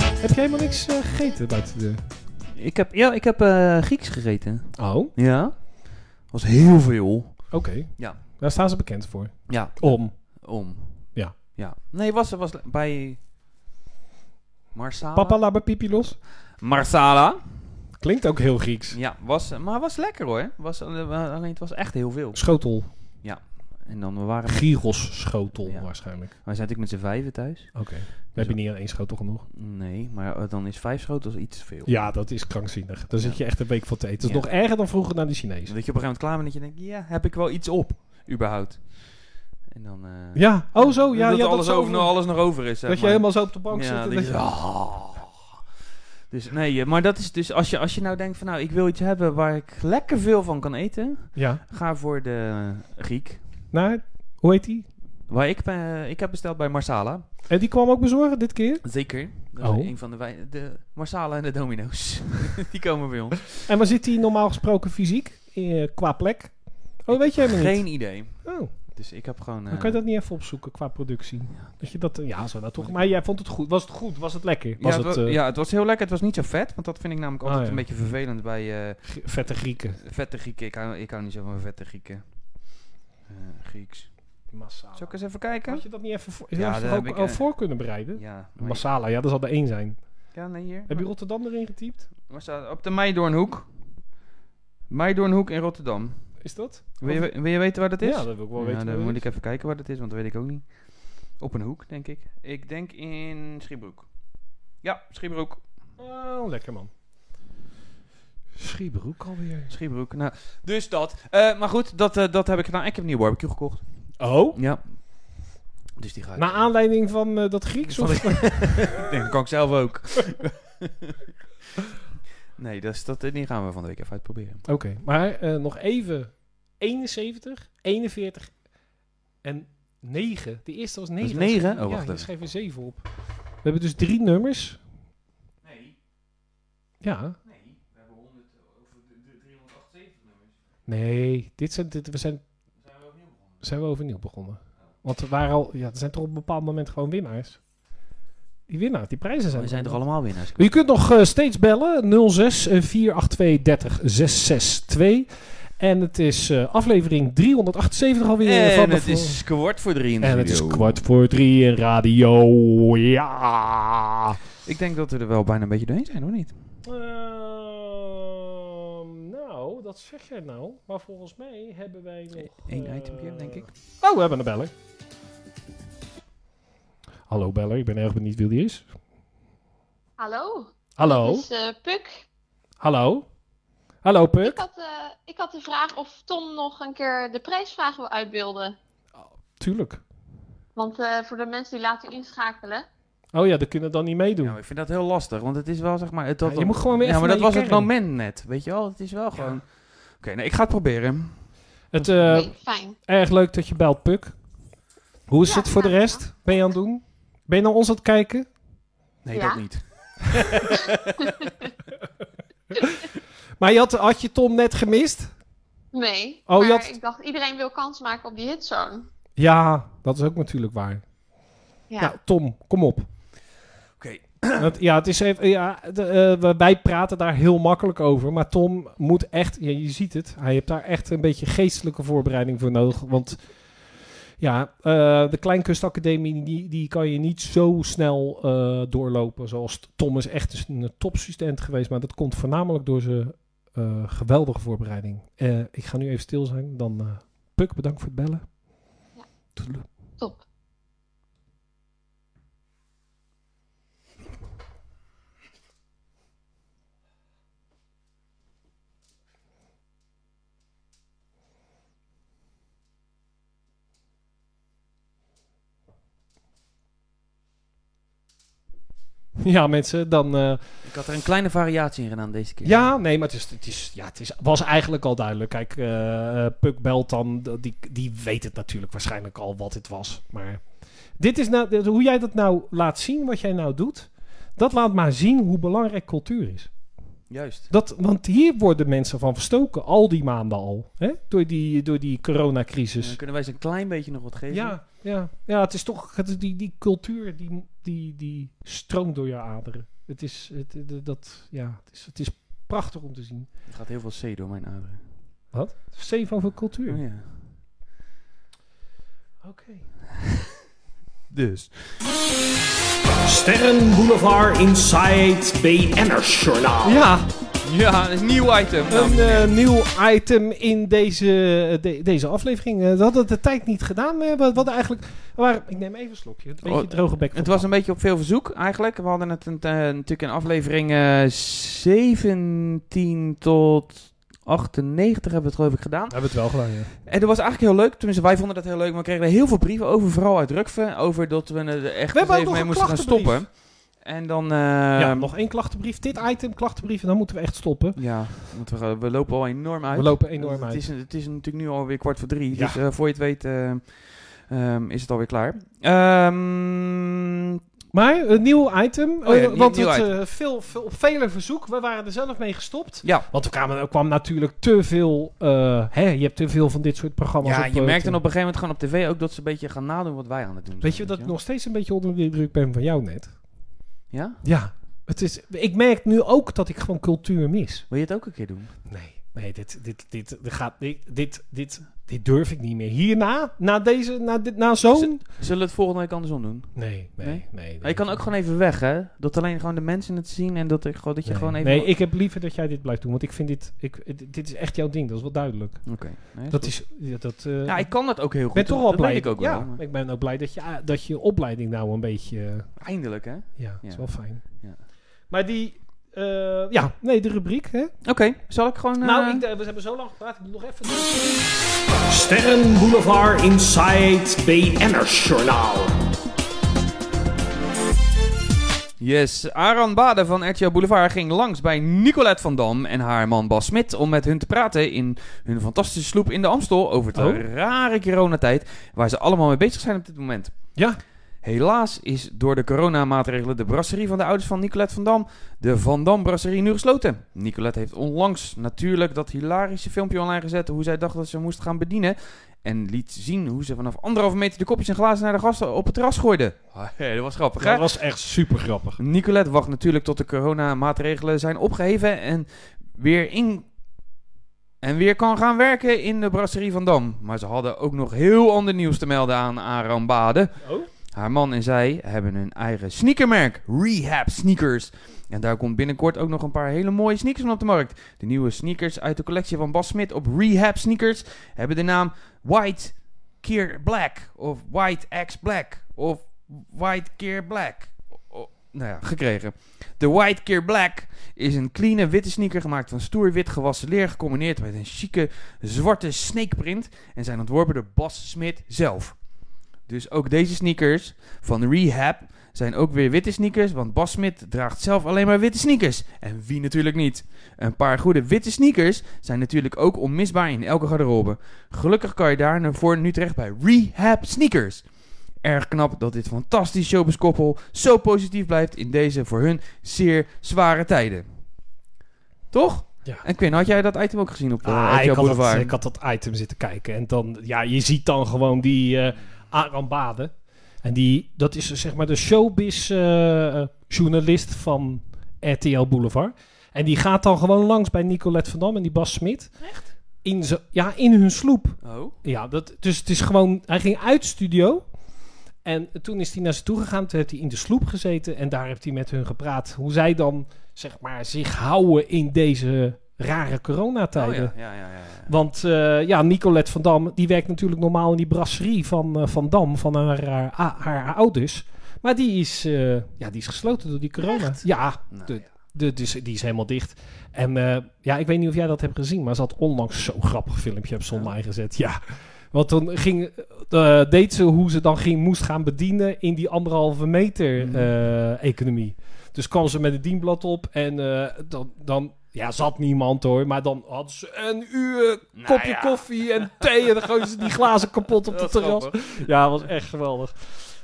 A: Heb jij helemaal niks eh, gegeten buiten de...
B: Ik heb, ja, ik heb eh, Grieks gegeten.
A: Oh?
B: Ja. Was heel veel.
A: Oké.
B: Ja.
A: Daar staan ze bekend voor.
B: Ja.
A: Om.
B: Om.
A: Ja.
B: Ja. Nee, was er was bij Marsala.
A: Papa, laat mijn pipi los.
B: Marsala.
A: Klinkt ook heel Grieks.
B: Ja, was, eh, maar was lekker hoor. Was, eh, alleen het was echt heel veel.
A: Schotel.
B: Ja. En dan we waren...
A: Gyros schotel waarschijnlijk.
B: Wij zijn natuurlijk met z'n vijven thuis.
A: Oké. Dan heb je niet aan één schotel genoeg.
B: Nee, maar eh, dan is vijf schotels iets te veel.
A: Ja, dat is krankzinnig. Dan zit
B: Ja.
A: je echt een week van te eten. Dat is
B: Ja.
A: nog erger dan vroeger naar de Chinees.
B: Dat je op een gegeven moment klaar bent dat je denkt, ja, heb ik wel iets op, überhaupt. En dan... eh,
A: Ja, oh zo, ja,
B: dat
A: ja, dat
B: alles,
A: is
B: over,
A: over-
B: alles nog over is. zeg
A: Dat je
B: maar.
A: helemaal zo op de bank zit en
B: dat
A: dat
B: je-
A: je-
B: Ah. Dus nee, eh, maar dat is dus als je, als je nou denkt van nou, ik wil iets hebben waar ik lekker veel van kan eten.
A: Ja.
B: Ga voor de Griek.
A: Nou, hoe heet die?
B: Waar ik, eh, ik heb besteld bij Marsala.
A: En die kwam ook bezorgen dit keer?
B: Zeker. Dat
A: Oh.
B: is een van de, wij- de Marsala en de Domino's. die komen bij ons.
A: En waar zit hij normaal gesproken fysiek? Eh, qua plek? Oh, weet jij helemaal niet.
B: Geen idee.
A: Oh.
B: Dus ik heb gewoon...
A: Dan
B: eh,
A: kan je dat niet even opzoeken qua productie. dat je dat, ja, zo nou toch. Maar jij vond het goed. Was het goed? Was het lekker? Was
B: ja, het, wa-
A: eh,
B: ja, het was heel lekker. Het was niet zo vet. Want dat vind ik namelijk
A: Ah,
B: altijd
A: ja.
B: een beetje vervelend bij... eh,
A: vette Grieken.
B: Vette Grieken. Ik hou, ik hou niet zo van vette Grieken. Eh, Grieks.
A: Masala.
B: Zal ik eens even kijken?
A: Had je dat niet even voor,
B: Ja,
A: had je
B: daar
A: toch
B: heb
A: ook
B: ik,
A: al
B: eh,
A: voor kunnen bereiden?
B: Ja.
A: Masala, ja, dat zal de één zijn.
B: Ja, nee, hier.
A: Heb je Rotterdam erin getypt?
B: Waar staat- Op de Meidoornhoek. Meidoornhoek in Rotterdam.
A: Is dat?
B: Wil je, wil je weten waar dat is?
A: Ja, dat wil ik wel
B: Ja,
A: weten
B: Dan
A: waar
B: moet
A: dat
B: ik even kijken waar dat is, want dat weet ik ook niet. Op een hoek, denk ik. Ik denk in Schiebroek. Ja, Schiebroek.
A: Oh, lekker man. Schiebroek alweer.
B: Schiebroek, nou. Dus dat. Eh, maar goed, dat, eh, dat heb ik gedaan. Ik heb een nieuwe barbecue gekocht.
A: Oh?
B: Ja. Dus die ga ik...
A: Naar aanleiding van eh, dat Grieks?
B: Van
A: of-
B: de- nee, dat kan ik zelf ook. nee, dat, is, dat, die gaan we van de week even uitproberen.
A: Oké, maar eh, nog even. 71, 41 en 9. De eerste was 9.
B: is 9? Oh,
A: ja,
B: wacht
A: hier
B: even.
A: schreef er 7 op. We hebben dus drie nummers. Nee. Ja. Nee, dit zijn, dit, we zijn, zijn we overnieuw begonnen. Want we waren al, ja, er zijn toch op een bepaald moment gewoon winnaars. Die winnaars, die prijzen zijn
B: We zijn
A: er
B: toch allemaal winnaars?
A: je kunt nog eh, steeds bellen. eh, 06 482 30 662. En het is eh, aflevering 378 alweer. eh, van
B: En
A: de
B: het
A: vo-
B: is kwart voor drie in de
A: En het is
B: studio.
A: kwart voor drie in radio. Ja.
B: Ik denk dat we er wel bijna een beetje doorheen zijn, hoor niet?
A: Ehm, nou, dat zeg jij nou. Maar volgens mij hebben wij nog...
B: Eén
A: eh,
B: itempje, denk ik.
A: Oh, we hebben een beller. Hallo beller, ik ben erg benieuwd wie die is.
F: Hallo.
A: Hallo.
F: Het is eh, Puk.
A: Hallo. Hallo Puk.
F: Ik had, eh, ik had de vraag of Tom nog een keer de prijsvraag wil uitbeelden.
A: Tuurlijk.
F: Want eh, voor de mensen die later inschakelen.
A: Oh ja, dat kunnen dan niet meedoen.
B: Ja, maar Nou, ik vind dat heel lastig, want het is wel zeg maar... Het, dat,
A: Ja, je moet gewoon weer
B: Ja,
A: even
B: maar dat
A: naar
B: was
A: je
B: het
A: kern.
B: moment net, weet je wel? Het is wel gewoon... Oké, nou, ik ga het proberen.
A: Het, eh, Erg leuk dat je belt, Puk. Hoe is het voor de rest? Ben je aan het doen? Ben je naar ons aan het kijken?
B: Nee,
A: Ja.
B: dat niet.
A: Maar je had, had je Tom net gemist?
F: Nee.
A: Oh, je
F: maar
A: had-
F: ik dacht iedereen wil kans maken op die hitzone.
A: Ja, dat is ook natuurlijk waar.
F: Ja.
A: Nou, Tom, kom op.
B: Oké.
A: Want ja, het is even, ja de, eh, we- wij praten daar heel makkelijk over. Maar Tom moet echt, ja, je ziet het, hij heeft daar echt een beetje geestelijke voorbereiding voor nodig. Want ja, eh, de Kleinkunstacademie, die, die kan je niet zo snel eh, doorlopen. Zoals Tom is echt dus een topstudent geweest. Maar dat komt voornamelijk door zijn eh, geweldige voorbereiding. Eh, ik ga nu even stil zijn. Dan, eh Puk, bedankt voor het bellen. Toedeloe.
F: Top.
A: Ja, mensen, dan... eh,
B: Ik had er een kleine variatie in gedaan deze keer.
A: Ja, nee, maar het, is, het, is, ja, het is, was eigenlijk al duidelijk. Kijk, eh eh, Puk belt dan, d- die, die weet het natuurlijk waarschijnlijk al wat het was. Maar dit is nou, dit- hoe jij dat nou laat zien, wat jij nou doet, dat laat maar zien hoe belangrijk cultuur is.
B: Juist.
A: Dat, want hier worden mensen van verstoken, al die maanden al, hè? Door, die, door die coronacrisis.
B: Dan kunnen wij ze een klein beetje nog wat geven.
A: Ja, ja, ja, het is toch het is die, die cultuur die, die, die stroomt door je aderen. Het is, het, het- dat, ja, het is, het is prachtig om te zien.
B: Er gaat heel veel C door mijn Oh, aderen.
A: Wat? Zeven over cultuur.
B: Oh ja.
A: Oké.
B: dus.
N: Sterrenboulevard Inside BN'ersjournaal.
A: Ja.
B: Ja, een nieuw item.
A: Een eh, nieuw item in deze, eh, de- deze aflevering. Eh, we hadden het de tijd niet gedaan. eh, We hadden eigenlijk... Maar, ik neem even een slokje. Een beetje
B: Oh,
A: droge bek.
B: Het was een beetje op veel verzoek eigenlijk. We hadden het een, eh, natuurlijk in aflevering eh, 17 tot 98 hebben we het geloof ik gedaan.
A: Hebben we het wel gedaan, ja.
B: En dat was eigenlijk heel leuk. Tenminste, wij vonden dat heel leuk. Maar we kregen er heel veel brieven over. Vooral uit Rukven. Over dat we er echt
A: We hebben ook
B: even
A: nog
B: mee
A: een
B: moesten gaan
A: klachtenbrief.
B: stoppen. En dan... ehm,
A: ja, nog één klachtenbrief. Dit item, klachtenbrief. En dan moeten we echt stoppen.
B: Ja, want we, we lopen al enorm uit.
A: We lopen enorm
B: Het
A: uit.
B: is, het is natuurlijk nu alweer kwart voor drie.
A: Ja.
B: Dus eh, voor je het weet eh, ehm, is het alweer klaar. Ehm,
A: Maar een nieuw item.
B: Oh ja,
A: eh,
B: een
A: want
B: nieuw
A: het,
B: item.
A: eh, veel, veel, op vele verzoek. We waren er zelf mee gestopt.
B: ja.
A: Want er kwam, er kwam natuurlijk te veel... eh, hè, je hebt te veel van dit soort programma's.
B: Ja,
A: op,
B: je
A: eh,
B: merkt
A: te-
B: dan op een gegeven moment gewoon op tv ook dat ze een beetje gaan nadoen wat wij aan het doen zijn.
A: Weet je dat ik nog steeds een beetje onder de indruk ben van jou net?
B: Ja?
A: Ja. Het is, ik merk nu ook dat ik gewoon cultuur mis.
B: Wil je het ook een keer doen?
A: Nee, nee dit, dit, dit, dit gaat, dit, dit, dit, dit durf ik niet meer. Hierna, na deze, na, dit, na zo'n...
B: Zullen we het volgende week anders doen?
A: Nee, nee, nee. nee,
B: je kan ook gewoon even weg, hè? Dat alleen gewoon de mensen het zien en dat, ik, gewoon- dat je
A: nee.
B: gewoon even...
A: Nee, ik heb liever dat jij dit blijft doen. Want ik vind dit... Ik, dit- dit is echt jouw ding. Dat is wel duidelijk.
B: Oké. nee,
A: dat
B: goed.
A: is... ja, dat, eh,
B: Ja, ik kan dat ook heel goed.
A: ben toch
B: Dat-
A: wel
B: dat
A: blij.
B: weet ik ook
A: ja,
B: wel, maar-
A: Ik ben ook blij dat je, ah, dat je opleiding nou een beetje... eh,
B: Eindelijk, hè?
A: ja, is wel fijn.
B: Ja.
A: Maar die... eh, ja, nee, de rubriek, hè?
B: Oké, zal ik gewoon...
A: Nou,
B: eh,
A: ik, we hebben zo lang gepraat. Ik moet nog even...
N: Sterrenboulevard Inside BN'ersjournaal.
B: Yes, Aran Baden van RTL Boulevard ging langs bij Nicolette van Dam en haar man Bas Smit om met hun te praten in hun fantastische sloep in de Amstel over de
A: Oh.
B: rare coronatijd waar ze allemaal mee bezig zijn op dit moment.
A: Ja.
B: Helaas is door de coronamaatregelen de brasserie van de ouders van Nicolette van Dam, de Van Dam Brasserie, nu gesloten. Nicolette heeft onlangs natuurlijk dat hilarische filmpje online gezet hoe zij dacht dat ze moest gaan bedienen en liet zien hoe ze vanaf anderhalve meter de kopjes en glazen naar de gasten op het terras gooide. dat was grappig, hè?
A: Dat was echt super grappig.
B: Nicolette wacht natuurlijk tot de coronamaatregelen zijn opgeheven en weer in. En weer kan gaan werken in de brasserie van Dam. Maar ze hadden ook nog heel ander nieuws te melden aan Aram Baden.
A: Oh?
B: Haar man en zij hebben hun eigen sneakermerk, Rehab Sneakers. En daar komt binnenkort ook nog een paar hele mooie sneakers van op de markt. De nieuwe sneakers uit de collectie van Bas Smit op Rehab Sneakers hebben de naam White Keer Black. Of White X Black. Of White Keer Black. O- nou ja, gekregen. De White Keer Black is een clean witte sneaker gemaakt van stoer wit gewassen leer gecombineerd met een chique zwarte snake print en zijn ontworpen door Bas Smit zelf. Dus ook deze sneakers van Rehab zijn ook weer witte sneakers, want Bas Smit draagt zelf alleen maar witte sneakers. En wie natuurlijk niet. Een paar goede witte sneakers zijn natuurlijk ook onmisbaar in elke garderobe. Gelukkig kan je daarvoor nu terecht bij Rehab Sneakers. Erg knap dat dit fantastisch showbiz-koppel zo positief blijft in deze voor hun zeer zware tijden. Toch?
A: Ja.
B: En Quinn, had jij dat item ook gezien op eh
A: Ah,
B: RTL
A: ik, had
B: Boulevard?
A: dat, ik had dat item zitten kijken. En dan, ja, je ziet dan gewoon die eh Aram Baden. En die, dat is zeg maar de showbiz-journalist van RTL Boulevard. En die gaat dan gewoon langs bij Nicolette van Dam en die Bas Smit. Echt? In ze, ja, in hun sloep.
B: Oh.
A: Ja, dat, dus het is gewoon... Hij ging uit studio. En toen is hij naar ze toe gegaan. Toen heeft hij in de sloep gezeten. En daar heeft hij met hun gepraat. Hoe zij dan, zeg maar, zich houden in deze rare coronatijden.
B: Oh ja, ja, ja, ja. ja.
A: Want eh, ja, Nicolette van Dam, die werkt natuurlijk normaal in die brasserie van eh, Van Dam, van haar, haar, a- haar ouders. Maar die is, eh, ja, die is gesloten door die corona. Ja, de, de- dus die is helemaal dicht. En eh, ja, ik weet niet of jij dat hebt gezien, maar ze had onlangs zo'n grappig filmpje op ze online gezet. Ja. Want dan ging, eh, deed ze hoe ze dan ging, moest gaan bedienen in die anderhalve meter
B: Mhm.
A: eh, economie. Dus kwam ze met een dienblad op en eh, dan, dan, ja, zat niemand hoor, maar dan hadden ze een uur kopje
B: Nou ja.
A: koffie en thee en dan gooiden ze die glazen kapot op het
B: Dat is
A: terras.
B: grappig.
A: Ja, was echt geweldig.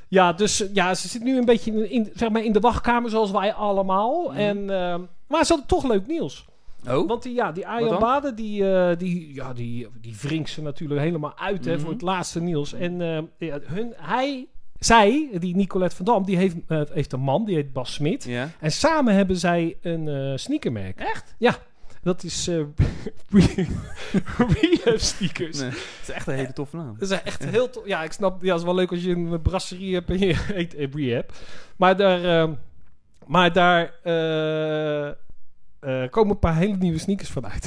A: Ja, dus eh, ja, ze zit nu een beetje in, in, zeg maar in de wachtkamer zoals wij allemaal.
B: Mhm.
A: En, ehm, maar ze hadden toch leuk nieuws.
B: Oh?
A: Want die, ja, die
B: dan?
A: Arjan Baden, die, eh, die, ja, die, die wringt ze natuurlijk helemaal uit hè,
B: Mhm.
A: voor het laatste nieuws. En ehm, ja, hun, hij, zij, die Nicolette van Dam, die heeft, eh, heeft een man, die heet Bas Smit.
B: Ja.
A: En samen hebben zij een eh, sneakermerk. Echt? Ja. Dat is eh Re- Relapse Sneakers.
B: Nee, het is echt een hele toffe naam.
A: Dat is echt heel tof. Ja, ik snap. Ja, het is wel leuk als je een brasserie hebt en je eet eh, rehab. Maar daar, ehm, maar daar eh, eh, komen een paar hele nieuwe sneakers van uit.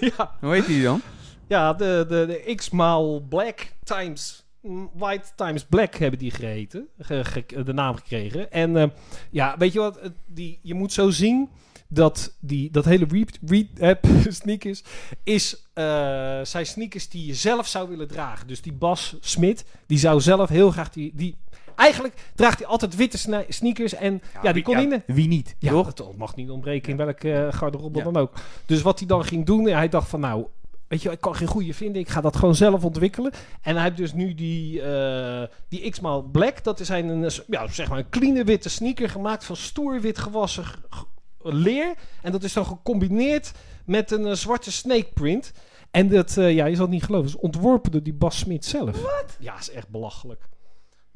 A: ja.
B: Hoe heet die dan?
A: Ja, de, de, de X maal Black times mm, White times Black hebben die geheten, ge- ge- de naam gekregen. En eh, ja, weet je wat? Het- Die, je moet zo zien dat die, dat hele re-app sneakers is, eh, zijn sneakers die je zelf zou willen dragen. Dus die Bas Smit, die zou zelf heel graag die... die Eigenlijk draagt hij altijd witte sne- sneakers en ja, die kon niet.
B: Wie niet?
A: Ja, het mag niet ontbreken in welke eh, garderobe dan ook. Dus wat hij dan ging doen, hij dacht van nou, weet je, wel, ik kan geen goede vinden, ik ga dat gewoon zelf ontwikkelen. En hij heeft dus nu die, eh, die X-Maal Black, dat is hij een, eh, s- ja, zeg maar een clean witte sneaker gemaakt van stoer wit gewassen g- g- leer. En dat is dan gecombineerd met een eh, zwarte snake print. En dat, eh, ja, je zal het niet geloven, is ontworpen door die Bas Smit zelf. Wat? Ja, is echt belachelijk.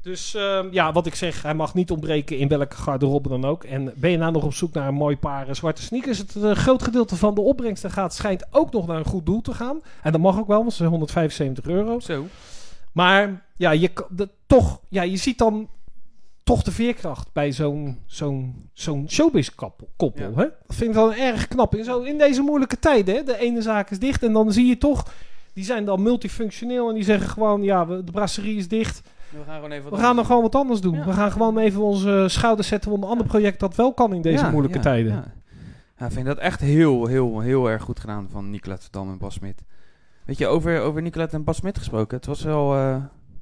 A: Dus ehm, ja, wat ik zeg, hij mag niet ontbreken in welke garderobe dan ook. En ben je nou nog op zoek naar een mooi paar eh, zwarte sneakers? Het eh, groot gedeelte van de opbrengst dat gaat, schijnt ook nog naar een goed doel te gaan. En dat mag ook wel, want ze zijn 175 euro.
B: Zo.
A: Maar ja, je, kan- dat, toch, ja, je ziet dan toch de veerkracht bij zo'n zo'n zo'n showbiz-koppel. koppel, Hè? Dat vind ik wel erg knap. In, zo, in deze moeilijke tijden, hè? de ene zaak is dicht en dan zie je toch... Die zijn dan multifunctioneel en die zeggen gewoon... ja, we- de brasserie is dicht...
B: We gaan gewoon even
A: We gaan nog gewoon wat anders doen. We gaan gewoon even onze schouders zetten onder een ander project dat wel kan in deze
B: Ja,
A: moeilijke
B: ja,
A: tijden.
B: ja. Ja, ik vind dat echt heel, heel, heel erg goed gedaan van Nicolas Verdam en Bas Smit. Weet je, over, over Nicolas en Bas Smit gesproken. Het was wel eh,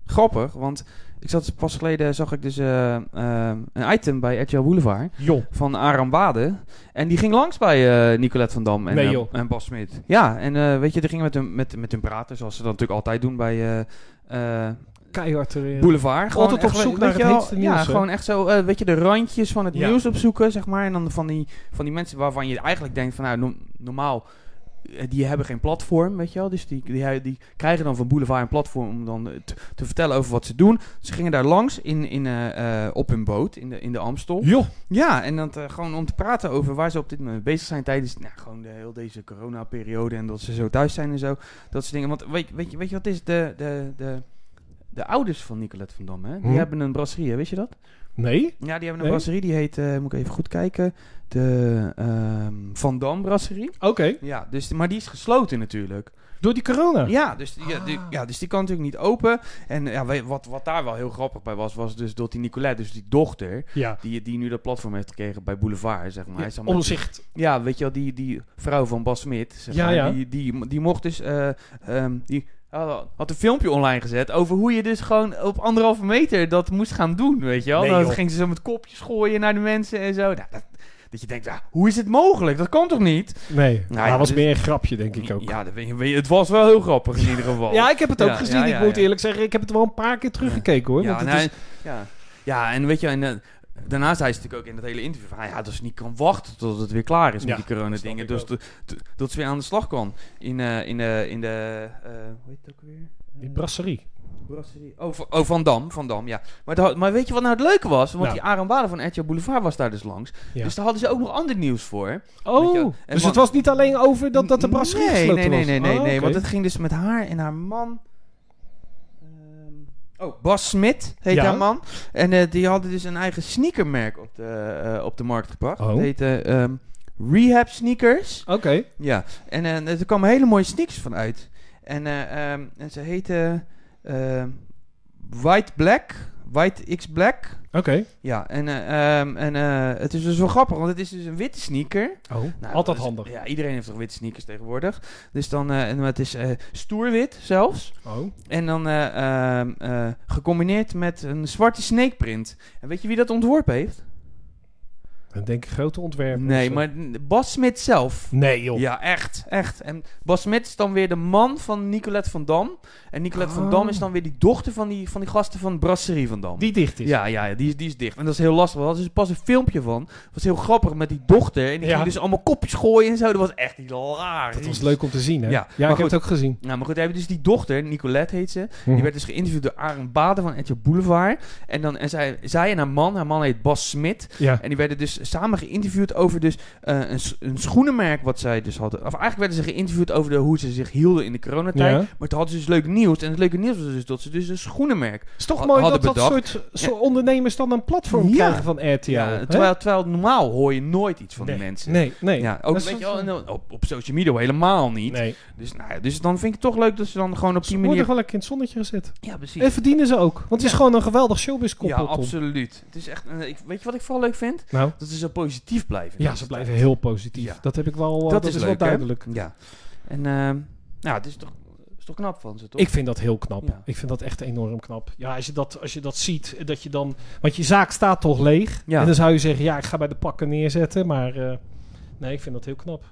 B: grappig, want ik zat pas geleden, zag ik dus eh, ehm, een item bij RTL Boulevard
A: Joh.
B: van Aram Wade. En die ging langs bij eh Nicolette van Dam en,
A: Nee,
B: eh,
A: joh.
B: en Bas Smit. Ja, en eh, weet je, die gingen met hun, met, met hun praten, zoals ze dat natuurlijk altijd doen bij... eh, eh,
A: Keihard er weer.
B: Boulevard. Gewoon
A: eh, Altijd op
B: echt-
A: zoek
B: weet
A: naar het
B: je wel,
A: heetste nieuws.
B: Ja,
A: hè?
B: gewoon echt zo, eh, weet je, de randjes van het
A: Ja.
B: nieuws opzoeken, zeg maar. En dan van die, van die mensen waarvan je eigenlijk denkt van, nou, no- normaal, eh, die hebben geen platform, weet je wel. Dus die, die, die krijgen dan van Boulevard een platform om dan eh, te, te vertellen over wat ze doen. Ze gingen daar langs in, in, eh, eh, op hun boot in de, in de Amstel.
A: Joh.
B: Ja, en dan te- gewoon om te praten over waar ze op dit moment bezig zijn tijdens nou, gewoon de, heel deze coronaperiode en dat ze zo thuis zijn en zo. Dat soort dingen. Want weet, weet, je, weet je wat het is? De, de, de, de ouders van Nicolette van Dam, hè? Die
A: Hm.
B: hebben een brasserie, hè? weet je dat?
A: Nee?
B: Ja, die hebben een
A: Nee?
B: brasserie, die heet, eh, moet ik even goed kijken, de ehm, Van Dam Brasserie.
A: Oké.
B: Ja, dus, maar die is gesloten natuurlijk.
A: Door die corona?
B: Ja, dus die, ja, die, ja, dus die kan natuurlijk niet open. En ja, we- wat, wat daar wel heel grappig bij was, was dus dat die Nicolette, dus die dochter,
A: Ja.
B: die, die nu dat platform heeft gekregen bij Boulevard, zeg maar.
A: Ja,
B: Hij is allemaal-
A: omzicht.
B: Ja, weet je wel, die, die vrouw van Bas Smit, zeg
A: Ja,
B: maar,
A: ja.
B: Die, die, die mocht dus, eh, ehm, die had een filmpje online gezet over hoe je dus gewoon op anderhalve meter dat moest gaan doen, weet je wel.
A: Nee,
B: dan
A: joh.
B: ging ze zo met kopjes gooien naar de mensen en zo. Nou, dat, dat je denkt, ja, hoe is het mogelijk? Dat kan toch niet?
A: Nee,
B: Nou
A: maar
B: ja,
A: dat was
B: dus-
A: meer een grapje, denk ik ook.
B: Ja, dat weet je- weet je, het was wel heel grappig in ieder geval.
A: Ja, ik heb het ook
B: Ja,
A: gezien.
B: ja, ja,
A: ik moet
B: ja.
A: eerlijk zeggen, ik heb het wel een paar keer teruggekeken hoor.
B: Ja,
A: want het
B: nou,
A: is-
B: en- ja. ja, en weet je, en, eh, daarnaast zei ze natuurlijk ook in dat hele interview van, nou ja, dat ze niet kan wachten tot het weer klaar is
A: Ja,
B: met die coronadingen. Dus dat- dat- dat ze weer aan de slag kan in, eh, in de, in de eh, hoe heet het ook weer?
A: Die brasserie.
B: Brasserie. Oh, van- oh, Van Dam, Van Dam, ja. Maar, da- maar weet je wat nou het leuke was? Want
A: Nou.
B: die Aaron Baden van RTL Boulevard was daar dus langs.
A: Ja.
B: Dus daar hadden ze ook nog ander nieuws voor.
A: Oh, dus het was niet alleen over dat, dat de brasserie
B: nee,
A: gesloten
B: nee, nee,
A: was.
B: nee, nee,
A: Oh,
B: nee,
A: oké.
B: want het ging dus met haar en haar man. Ehm, oh, Bas Smit heet
A: Ja.
B: haar man. En eh, die hadden dus een eigen sneakermerk op de, eh, op de markt gebracht.
A: Oh.
B: Dat heette ehm, Rehab Sneakers.
A: Oké.
B: Ja, en eh, er kwamen hele mooie sneakers van uit. En, eh, ehm, en ze heette ehm, White Black, White X Black.
A: Oké.
B: Ja, en, eh, ehm, en eh, het is dus wel grappig, want het is dus een witte sneaker.
A: Oh, altijd handig.
B: Nou, dus- Ja, iedereen heeft toch witte sneakers tegenwoordig. Dus dan, eh, en het is eh stoerwit zelfs.
A: Oh.
B: En dan eh, ehm, eh, gecombineerd met een zwarte snake print. En weet je wie dat ontworpen heeft?
A: Dan denk ik grote ontwerpen. of
B: Nee,
A: zo.
B: maar Bas Smit zelf.
A: Nee, joh.
B: Ja, echt, echt. En Bas Smit is dan weer de man van Nicolette van Dam. En Nicolette van Dam
A: Oh.
B: is dan weer die dochter van die, van die gasten van Brasserie van Dam.
A: Die dicht is.
B: Ja, ja, ja, die, is, die is dicht. En dat is heel lastig. want Er is pas een filmpje van. Dat was heel grappig met die dochter. En die
A: Ja.
B: ging dus allemaal kopjes gooien en zo. Dat was echt hilarisch.
A: Dat was leuk om te zien, hè?
B: Ja,
A: ja
B: maar
A: ik heb
B: goed.
A: het ook gezien.
B: Nou, maar goed, we hebben dus die dochter, Nicolette heet ze.
A: Mhm.
B: Die werd dus geïnterviewd door Arend Baden van Etje Boulevard. En, dan, en zij, zij en haar man, haar man heet Bas Smit.
A: Ja.
B: En die werden dus samen geïnterviewd over dus, eh, een, s- een schoenenmerk wat zij dus hadden. Of eigenlijk werden ze geïnterviewd over de, hoe ze zich hielden in de coronatijd.
A: Ja.
B: Maar toen hadden ze dus leuk nieuws. En het leuke nieuws was dus dat ze dus een schoenenmerk
A: is toch
B: had-
A: mooi dat
B: hadden
A: dat
B: bedacht.
A: soort, soort ondernemers dan een platform
B: Ja.
A: krijgen van RTL.
B: Ja,
A: hè?
B: terwijl, terwijl normaal hoor je nooit iets van die
A: Nee,
B: mensen.
A: nee, nee.
B: Ja,
A: Dat
B: ook
A: is
B: weet je
A: wel-
B: wel, en op, op social media helemaal niet. Dus, nou ja, dus dan vind ik het toch leuk dat ze dan gewoon op
A: Ze
B: die
A: worden
B: manier...
A: gewoon lekker in het zonnetje gezet.
B: Ja, precies.
A: En verdienen ze ook. Want het is gewoon een geweldig
B: Ja,
A: showbiz-koppel, Tom.
B: absoluut. Het is echt, eh, ik, weet je wat ik vooral leuk vind?
A: Nou?
B: Dat ze zo positief blijven.
A: Ja, ze blijven heel positief. Dat heb ik wel. eh,
B: Dat
A: dat
B: is
A: is,
B: leuk, hè?
A: wel duidelijk.
B: Ja. En ehm nou, het is toch, is toch knap van ze, toch?
A: Ik vind dat heel knap.
B: Ja.
A: Ik vind dat echt enorm knap. Ja, als je dat, als je dat ziet, eh, dat je dan. Want je zaak staat toch leeg.
B: Ja.
A: En dan zou je zeggen, ja, ik ga bij de pakken neerzetten. Maar eh, nee, ik vind dat heel knap.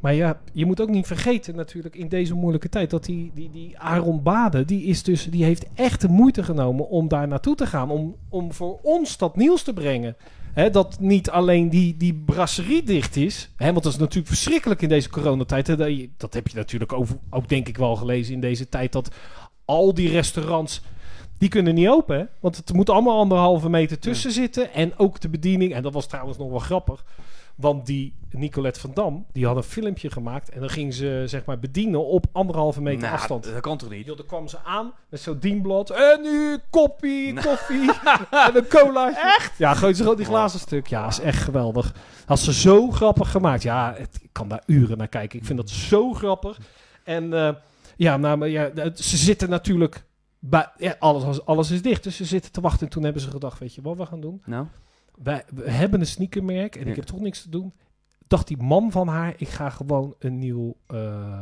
A: Maar ja, je moet ook niet vergeten natuurlijk in deze moeilijke tijd dat die, die, die Aaron Baden, die, is dus, die heeft echt de moeite genomen om daar naartoe te gaan. Om, om voor ons dat nieuws te brengen. Hè, dat niet alleen die, die brasserie dicht is. Hè, want dat is natuurlijk verschrikkelijk in deze coronatijd. Hè, dat, je- dat heb je natuurlijk ook, ook denk ik wel gelezen in deze tijd. Dat al die restaurants, die kunnen niet open. hè, Want het moet allemaal anderhalve meter tussen zitten. En ook de bediening. En dat was trouwens nog wel grappig. Want die Nicolette van Dam, die had een filmpje gemaakt. En dan ging ze zeg maar bedienen op anderhalve meter
B: Nou,
A: afstand.
B: Dat kan toch niet?
A: Joh, dan kwam ze aan met zo'n dienblad. En nu koppie, koffie en een cola. Echt? Ja, gooi ze gewoon die glazen stuk. Ja, is echt geweldig. Had ze zo grappig gemaakt. Ja, het, ik kan daar uren naar kijken. Ik vind dat zo grappig. En eh, ja, nou, maar ja, het- ze zitten natuurlijk... Bij, ja, alles, was- alles is dicht, dus ze zitten te wachten. En toen hebben ze gedacht, weet je wat we gaan doen?
B: Nou?
A: Wij, we hebben een sneakermerk en
B: Ja.
A: ik heb toch niks te doen. Dacht die man van haar, ik ga gewoon een nieuw... eh,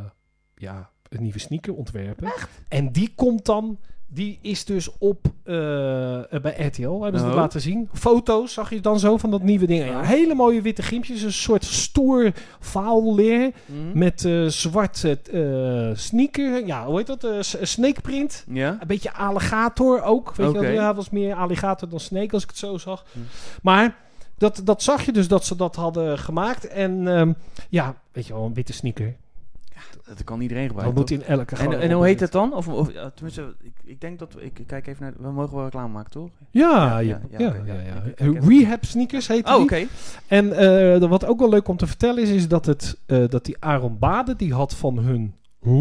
A: ja, een nieuwe sneaker ontwerpen. En die komt dan, die is dus op eh, eh, bij RTL, hebben ze dat
B: Oh.
A: laten zien. Foto's zag je dan zo van dat nieuwe ding. Ja, hele mooie witte gimpjes, een soort stoer vaal leer
B: Mhm.
A: met eh, zwart eh, eh, sneaker. Ja, hoe heet dat? Eh, s- eh, snake print.
B: Ja?
A: Een beetje alligator ook. Weet je
B: Oké. Hm.
A: wel? Ja, het was meer alligator dan snake als ik het zo zag. Maar dat, dat zag je dus dat ze dat hadden gemaakt. En ehm, ja, weet je wel, een witte sneaker.
B: Dat kan iedereen gebruiken.
A: Dat moet
B: toch?
A: in elke
B: En,
A: garderobe
B: en hoe heet dat
A: zitten.
B: dan? Of, of ja, tenminste, ik, ik denk dat... we- Ik kijk even naar... We mogen wel reclame maken, toch?
A: Ja, ja, ja.
B: oké,
A: ja, ja.
B: Ik- ik- ik-
A: Rehab sneakers heet
B: Oh,
A: die.
B: oké.
A: En eh, wat ook wel leuk om te vertellen is, is dat, het, eh, dat die Aaron Baden, die had van hun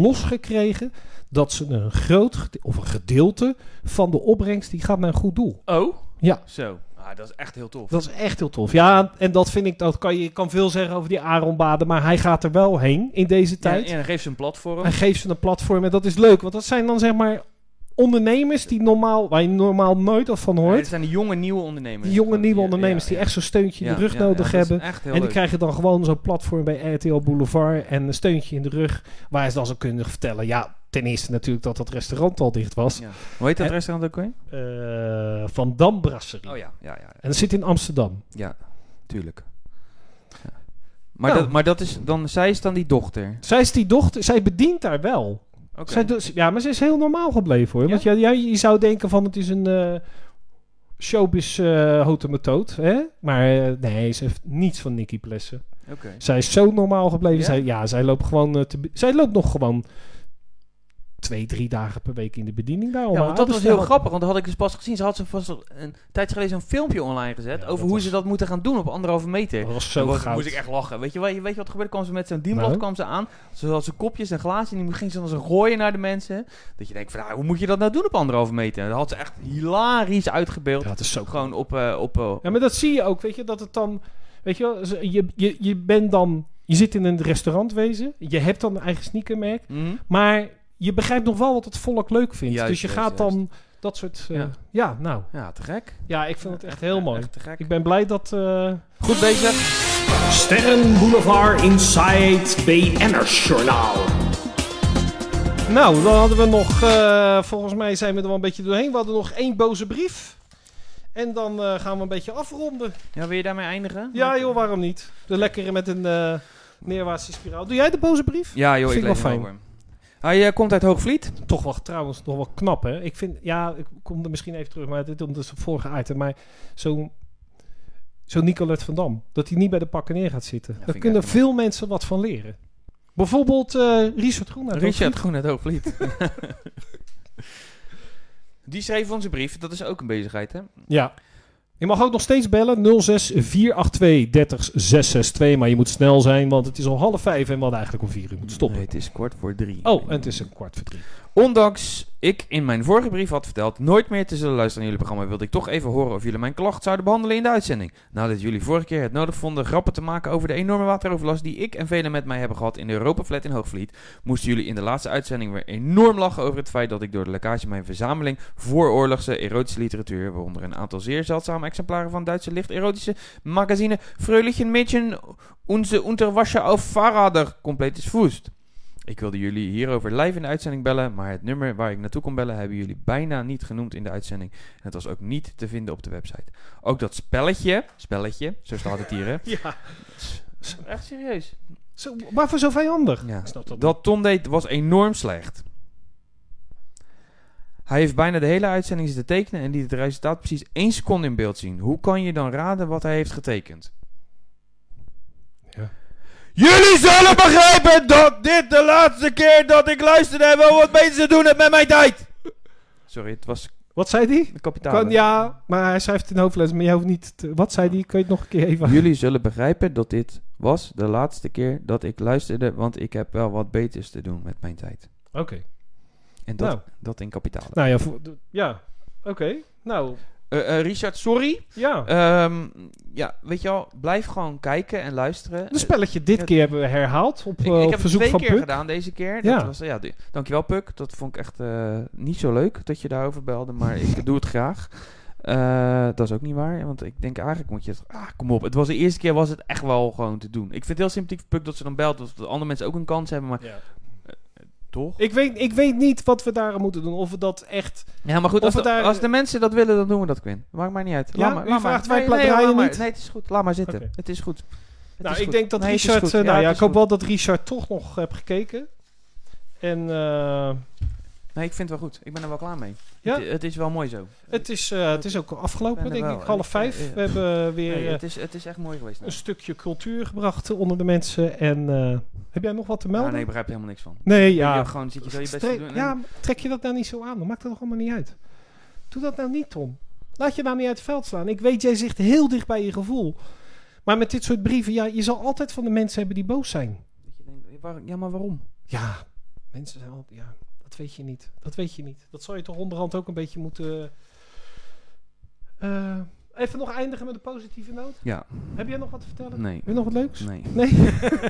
A: losgekregen dat ze een groot gede- of een gedeelte van de opbrengst, die gaat naar een goed doel.
B: Oh?
A: Ja.
B: Zo. Ah, dat is echt heel tof.
A: Dat is echt heel tof. Ja, en dat vind ik, dat kan je kan veel zeggen over die Aaron Baden, maar hij gaat er wel heen in deze
B: Ja,
A: tijd.
B: ja, dan geeft ze een platform.
A: Hij geeft ze een platform en dat is leuk, want dat zijn dan zeg maar ondernemers die normaal, waar je normaal nooit of van
B: Ja,
A: hoort.
B: dit zijn de jonge, nieuwe ondernemers.
A: Die jonge nieuwe ondernemers die echt zo'n steuntje in
B: eh, Ja,
A: de rug
B: ja,
A: nodig
B: ja, dat is
A: hebben.
B: echt heel
A: en die
B: leuk.
A: krijgen dan gewoon zo'n platform bij RTL Boulevard en een steuntje in de rug. Waar ze dan zo kunnen vertellen, ja, ten eerste natuurlijk dat dat restaurant al dicht was.
B: Hoe heet dat
A: En,
B: restaurant ook alweer?
A: eh, Van Dam Brasserie.
B: Oh ja, ja, ja.
A: En dat zit in Amsterdam.
B: Ja, tuurlijk. Ja. Maar,
A: Nou.
B: dat, maar dat is dan, zij is dan die dochter.
A: Zij is die dochter, zij bedient daar wel.
B: Oké.
A: Zij doet- ja, maar ze is heel normaal gebleven hoor. Want ja, ja, je zou denken van het is een eh, showbiz eh hote methode, hè? Maar eh, nee, ze heeft niets van Nicky Plessen.
B: Oké.
A: Zij is zo normaal gebleven.
B: Ja?
A: Zij, ja, zij loopt gewoon eh, te be- zij loopt nog gewoon twee, drie dagen per week in de bediening daar. om
B: Ja,
A: haar
B: want dat
A: ouders te
B: was heel
A: helpen.
B: grappig, want dat had ik dus pas gezien. Ze had ze vast al een tijd geleden zo'n filmpje online gezet over hoe ze dat moeten gaan doen op anderhalve meter. Dat
A: was zo goud.
B: moest ik echt lachen. Weet je, wat- weet je wat gebeurde? Kwam ze met zo'n dienblad
A: Nou?
B: kwam ze aan. Ze had ze kopjes en glazen en die ging ze dan zo gooien naar de mensen. Dat je denkt van, nou, hoe moet je dat nou doen op anderhalve meter? Dat had ze echt hilarisch uitgebeeld.
A: dat is zo
B: Gewoon op... eh, op eh,
A: Ja, maar dat zie je ook, weet je, dat het dan, weet je, wel, ze- je, je, je bent dan, je zit in een restaurantwezen, je hebt dan een eigen sneakermerk, maar je begrijpt nog wel wat het volk leuk vindt.
B: Mhm. Juist,
A: dus je
B: juist,
A: gaat
B: juist.
A: dan dat soort, eh,
B: Ja.
A: ja. nou.
B: Ja, te gek.
A: Ja, ik vind het echt heel mooi. Ik ben blij dat... eh,
B: Goed bezig.
N: Sterren Boulevard Inside BN'ers Journaal.
A: Nou, dan hadden we nog, eh, volgens mij zijn we er wel een beetje doorheen. We hadden nog één boze brief. En dan eh, gaan we een beetje afronden.
B: Ja, wil je daarmee eindigen?
A: Ja joh, waarom niet? De lekkere met een eh neerwaartse spiraal. Doe jij de boze brief?
B: Ja, joh,
A: Vind
B: ik lees hem
A: wel
B: over. Hij eh, komt uit Hoogvliet.
A: Toch wel trouwens nog wel knap, hè? Ik vind, ja, ik kom er misschien even terug, maar dit omdat het vorige item. Maar zo'n zo Nicolette van Dam, dat hij niet bij de pakken neer gaat zitten.
B: vind
A: Daar
B: ik
A: kunnen
B: echt
A: veel mensen wat van leren. Bijvoorbeeld eh, Richard Groen uit Hoogvliet.
B: Richard Groen uit Hoogvliet. Die schreef onze brief. Dat is ook een bezigheid, hè?
A: Ja. Je mag ook nog steeds bellen 06 482 30 662. Maar je moet snel zijn, want het is al half vijf en we hadden eigenlijk om vier uur moeten stoppen.
B: het is kwart voor drie.
A: Oh, en het is een kwart voor drie.
B: Ondanks ik in mijn vorige brief had verteld nooit meer te zullen luisteren naar jullie programma, wilde ik toch even horen of jullie mijn klacht zouden behandelen in de uitzending. Nadat jullie vorige keer het nodig vonden grappen te maken over de enorme wateroverlast die ik en velen met mij hebben gehad in de Europaflat in Hoogvliet, moesten jullie in de laatste uitzending weer enorm lachen over het feit dat ik door de lekkage mijn verzameling vooroorlogse erotische literatuur, waaronder een aantal zeer zeldzame exemplaren van Duitse licht-erotische magazine Fröhlichen Mädchen, Onze Unterwasche auf Fahrrader compleet is voest. Ik wilde jullie hierover live in de uitzending bellen, maar het nummer waar ik naartoe kon bellen hebben jullie bijna niet genoemd in de uitzending. En het was ook niet te vinden op de website. Ook dat spelletje, spelletje, zo staat het hier hè.
A: Ja.
B: Echt serieus.
A: Zo, waarvoor zo vijandig?
B: Ja.
A: Snap dat
B: Dat Tom deed was enorm slecht. Hij heeft bijna de hele uitzending zitten tekenen en liet het resultaat precies één seconde in beeld zien. Hoe kan je dan raden wat hij heeft getekend? Jullie zullen begrijpen dat dit de laatste keer dat ik luisterde en wel wat mensen doen het met mijn tijd. Sorry, het was
A: Wat zei die? De
B: kapitaal.
A: Kan, ja, maar hij schrijft in hoofdletters, maar je hoeft niet... te- wat zei die? Kun je het nog een keer even...
B: Jullie zullen begrijpen dat dit was de laatste keer dat ik luisterde, want ik heb wel wat beters te doen met mijn tijd.
A: Oké.
B: En dat,
A: Nou.
B: dat in kapitalen.
A: Nou ja, voor- ja. oké. Nou...
B: Eh, eh, Richard, sorry.
A: Ja.
B: Ehm, ja, weet je wel, blijf gewoon kijken en luisteren.
A: Een spelletje dit keer hebben we herhaald op, eh, op
B: ik heb het
A: verzoek
B: twee
A: van
B: keer
A: Puk.
B: gedaan deze keer. Dat
A: Ja.
B: was, eh, ja, d- dankjewel Puk. Dat vond ik echt eh, niet zo leuk dat je daarover belde. Maar ik doe het graag. Eh, dat is ook niet waar. Want ik denk eigenlijk moet je het... Ah, kom op. Het was de eerste keer was het echt wel gewoon te doen. Ik vind het heel sympathiek van Puk dat ze dan belt. Dat andere mensen ook een kans hebben. Maar eh, eh, toch?
A: Ik weet, ik weet niet wat we daar aan moeten doen. Of we dat echt...
B: Ja, maar goed.
A: Of
B: Als,
A: we
B: de,
A: daar-
B: als de mensen dat willen, dan doen we dat, Quinn. Maakt mij niet uit.
A: Ja?
B: Laat maar,
A: U
B: laat maar.
A: vraagt, wij
B: Nee, nee,
A: draaien
B: laat maar.
A: niet?
B: Nee, het is goed. Laat maar zitten.
A: Oké.
B: Het is goed. Het
A: nou,
B: is
A: ik
B: goed.
A: denk dat
B: Nee, het is
A: Richard...
B: goed.
A: eh, nou
B: Ja,
A: ja,
B: het
A: ik
B: is
A: hoop
B: goed.
A: wel dat Richard toch nog hebt gekeken. En... eh,
B: Nee, ik vind het wel goed. Ik ben er wel klaar mee.
A: Ja?
B: Het, het is wel mooi zo.
A: Het is, eh, het is ook afgelopen,
B: ben
A: denk
B: er
A: ik.
B: wel.
A: Half vijf.
B: Ja, ja.
A: We hebben weer
B: Nee,
A: eh,
B: het, is, het is echt mooi geweest. nou.
A: een stukje cultuur gebracht onder de mensen. En eh, heb jij nog wat te
B: Ah,
A: melden?
B: nee, ik begrijp er helemaal niks van.
A: Nee,
B: Je-
A: ja.
B: je gewoon zit je zo je best te
A: Stre-
B: doen en-
A: Ja, maar trek je dat nou niet zo aan? Dan maakt dat toch allemaal niet uit. Doe dat nou niet, Tom. Laat je nou niet uit het veld slaan. Ik weet, jij zit heel dicht bij je gevoel. Maar met dit soort brieven, ja, je zal altijd van de mensen hebben die boos zijn.
B: Waar- Ja, maar waarom?
A: Ja, mensen zijn altijd... Ja, dat weet je niet. Dat weet je niet. Dat zal je toch onderhand ook een beetje moeten... eh, even nog eindigen met een positieve noot?
B: Ja.
A: Heb jij nog wat te vertellen?
B: Nee.
A: Heb je nog wat leuks?
B: Nee.
A: Nee?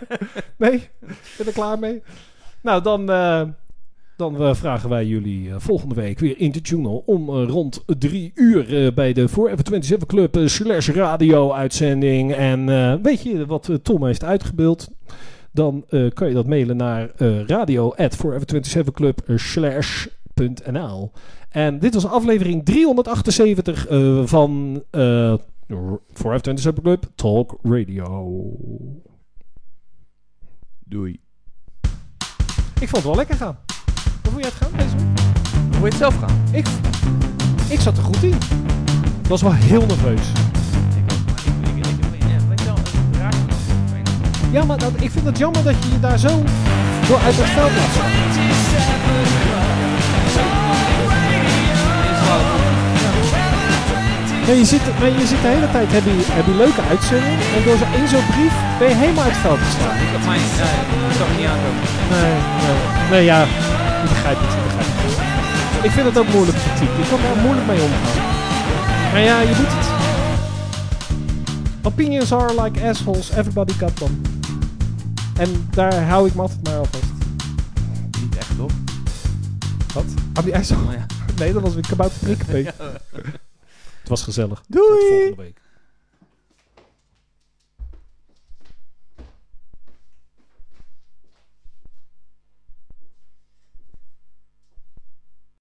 A: nee? Ben er klaar mee? Nou, dan, eh, dan eh, vragen wij jullie eh, volgende week weer in de journal om eh, rond drie uur eh, bij de Forever 27 Club eh, slash radio uitzending. En eh, weet je wat eh, Tom heeft uitgebeeld? Dan eh, kan je dat mailen naar eh radio at forever 27 club eh, slash NL. En dit was aflevering 378 eh, van eh Forever 20 Superclub Talk Radio.
B: Doei.
A: Ik vond het wel lekker gaan. Hoe vond jij het gaan deze
B: Hoe je het zelf gaan?
A: Ik, ik zat er goed in. Ik was wel heel nerveus. Ja, maar dat, ik vind het jammer dat je je daar zo door uit het veld laat gaan. Nee, je zit, maar je zit de hele tijd, heb je, heb je leuke uitzendingen. En door zo- in zo'n brief ben je helemaal uit het veld gestaan.
B: Ik had mijn... eh, ik zag het niet aankomen.
A: Nee, nee, nee ja, ik begrijp het, ik begrijp het. Ik vind het ook moeilijk kritiek. Ik kan daar moeilijk mee omgaan. Maar ja, je moet het. Opinions are like assholes, everybody got them. En daar hou ik me altijd maar aan vast.
B: Niet echt, op.
A: Wat? Aan die assholes?
B: ja.
A: Nee, dat was weer kabouter prikkenbeet. Het was gezellig. Doei! Tot volgende week.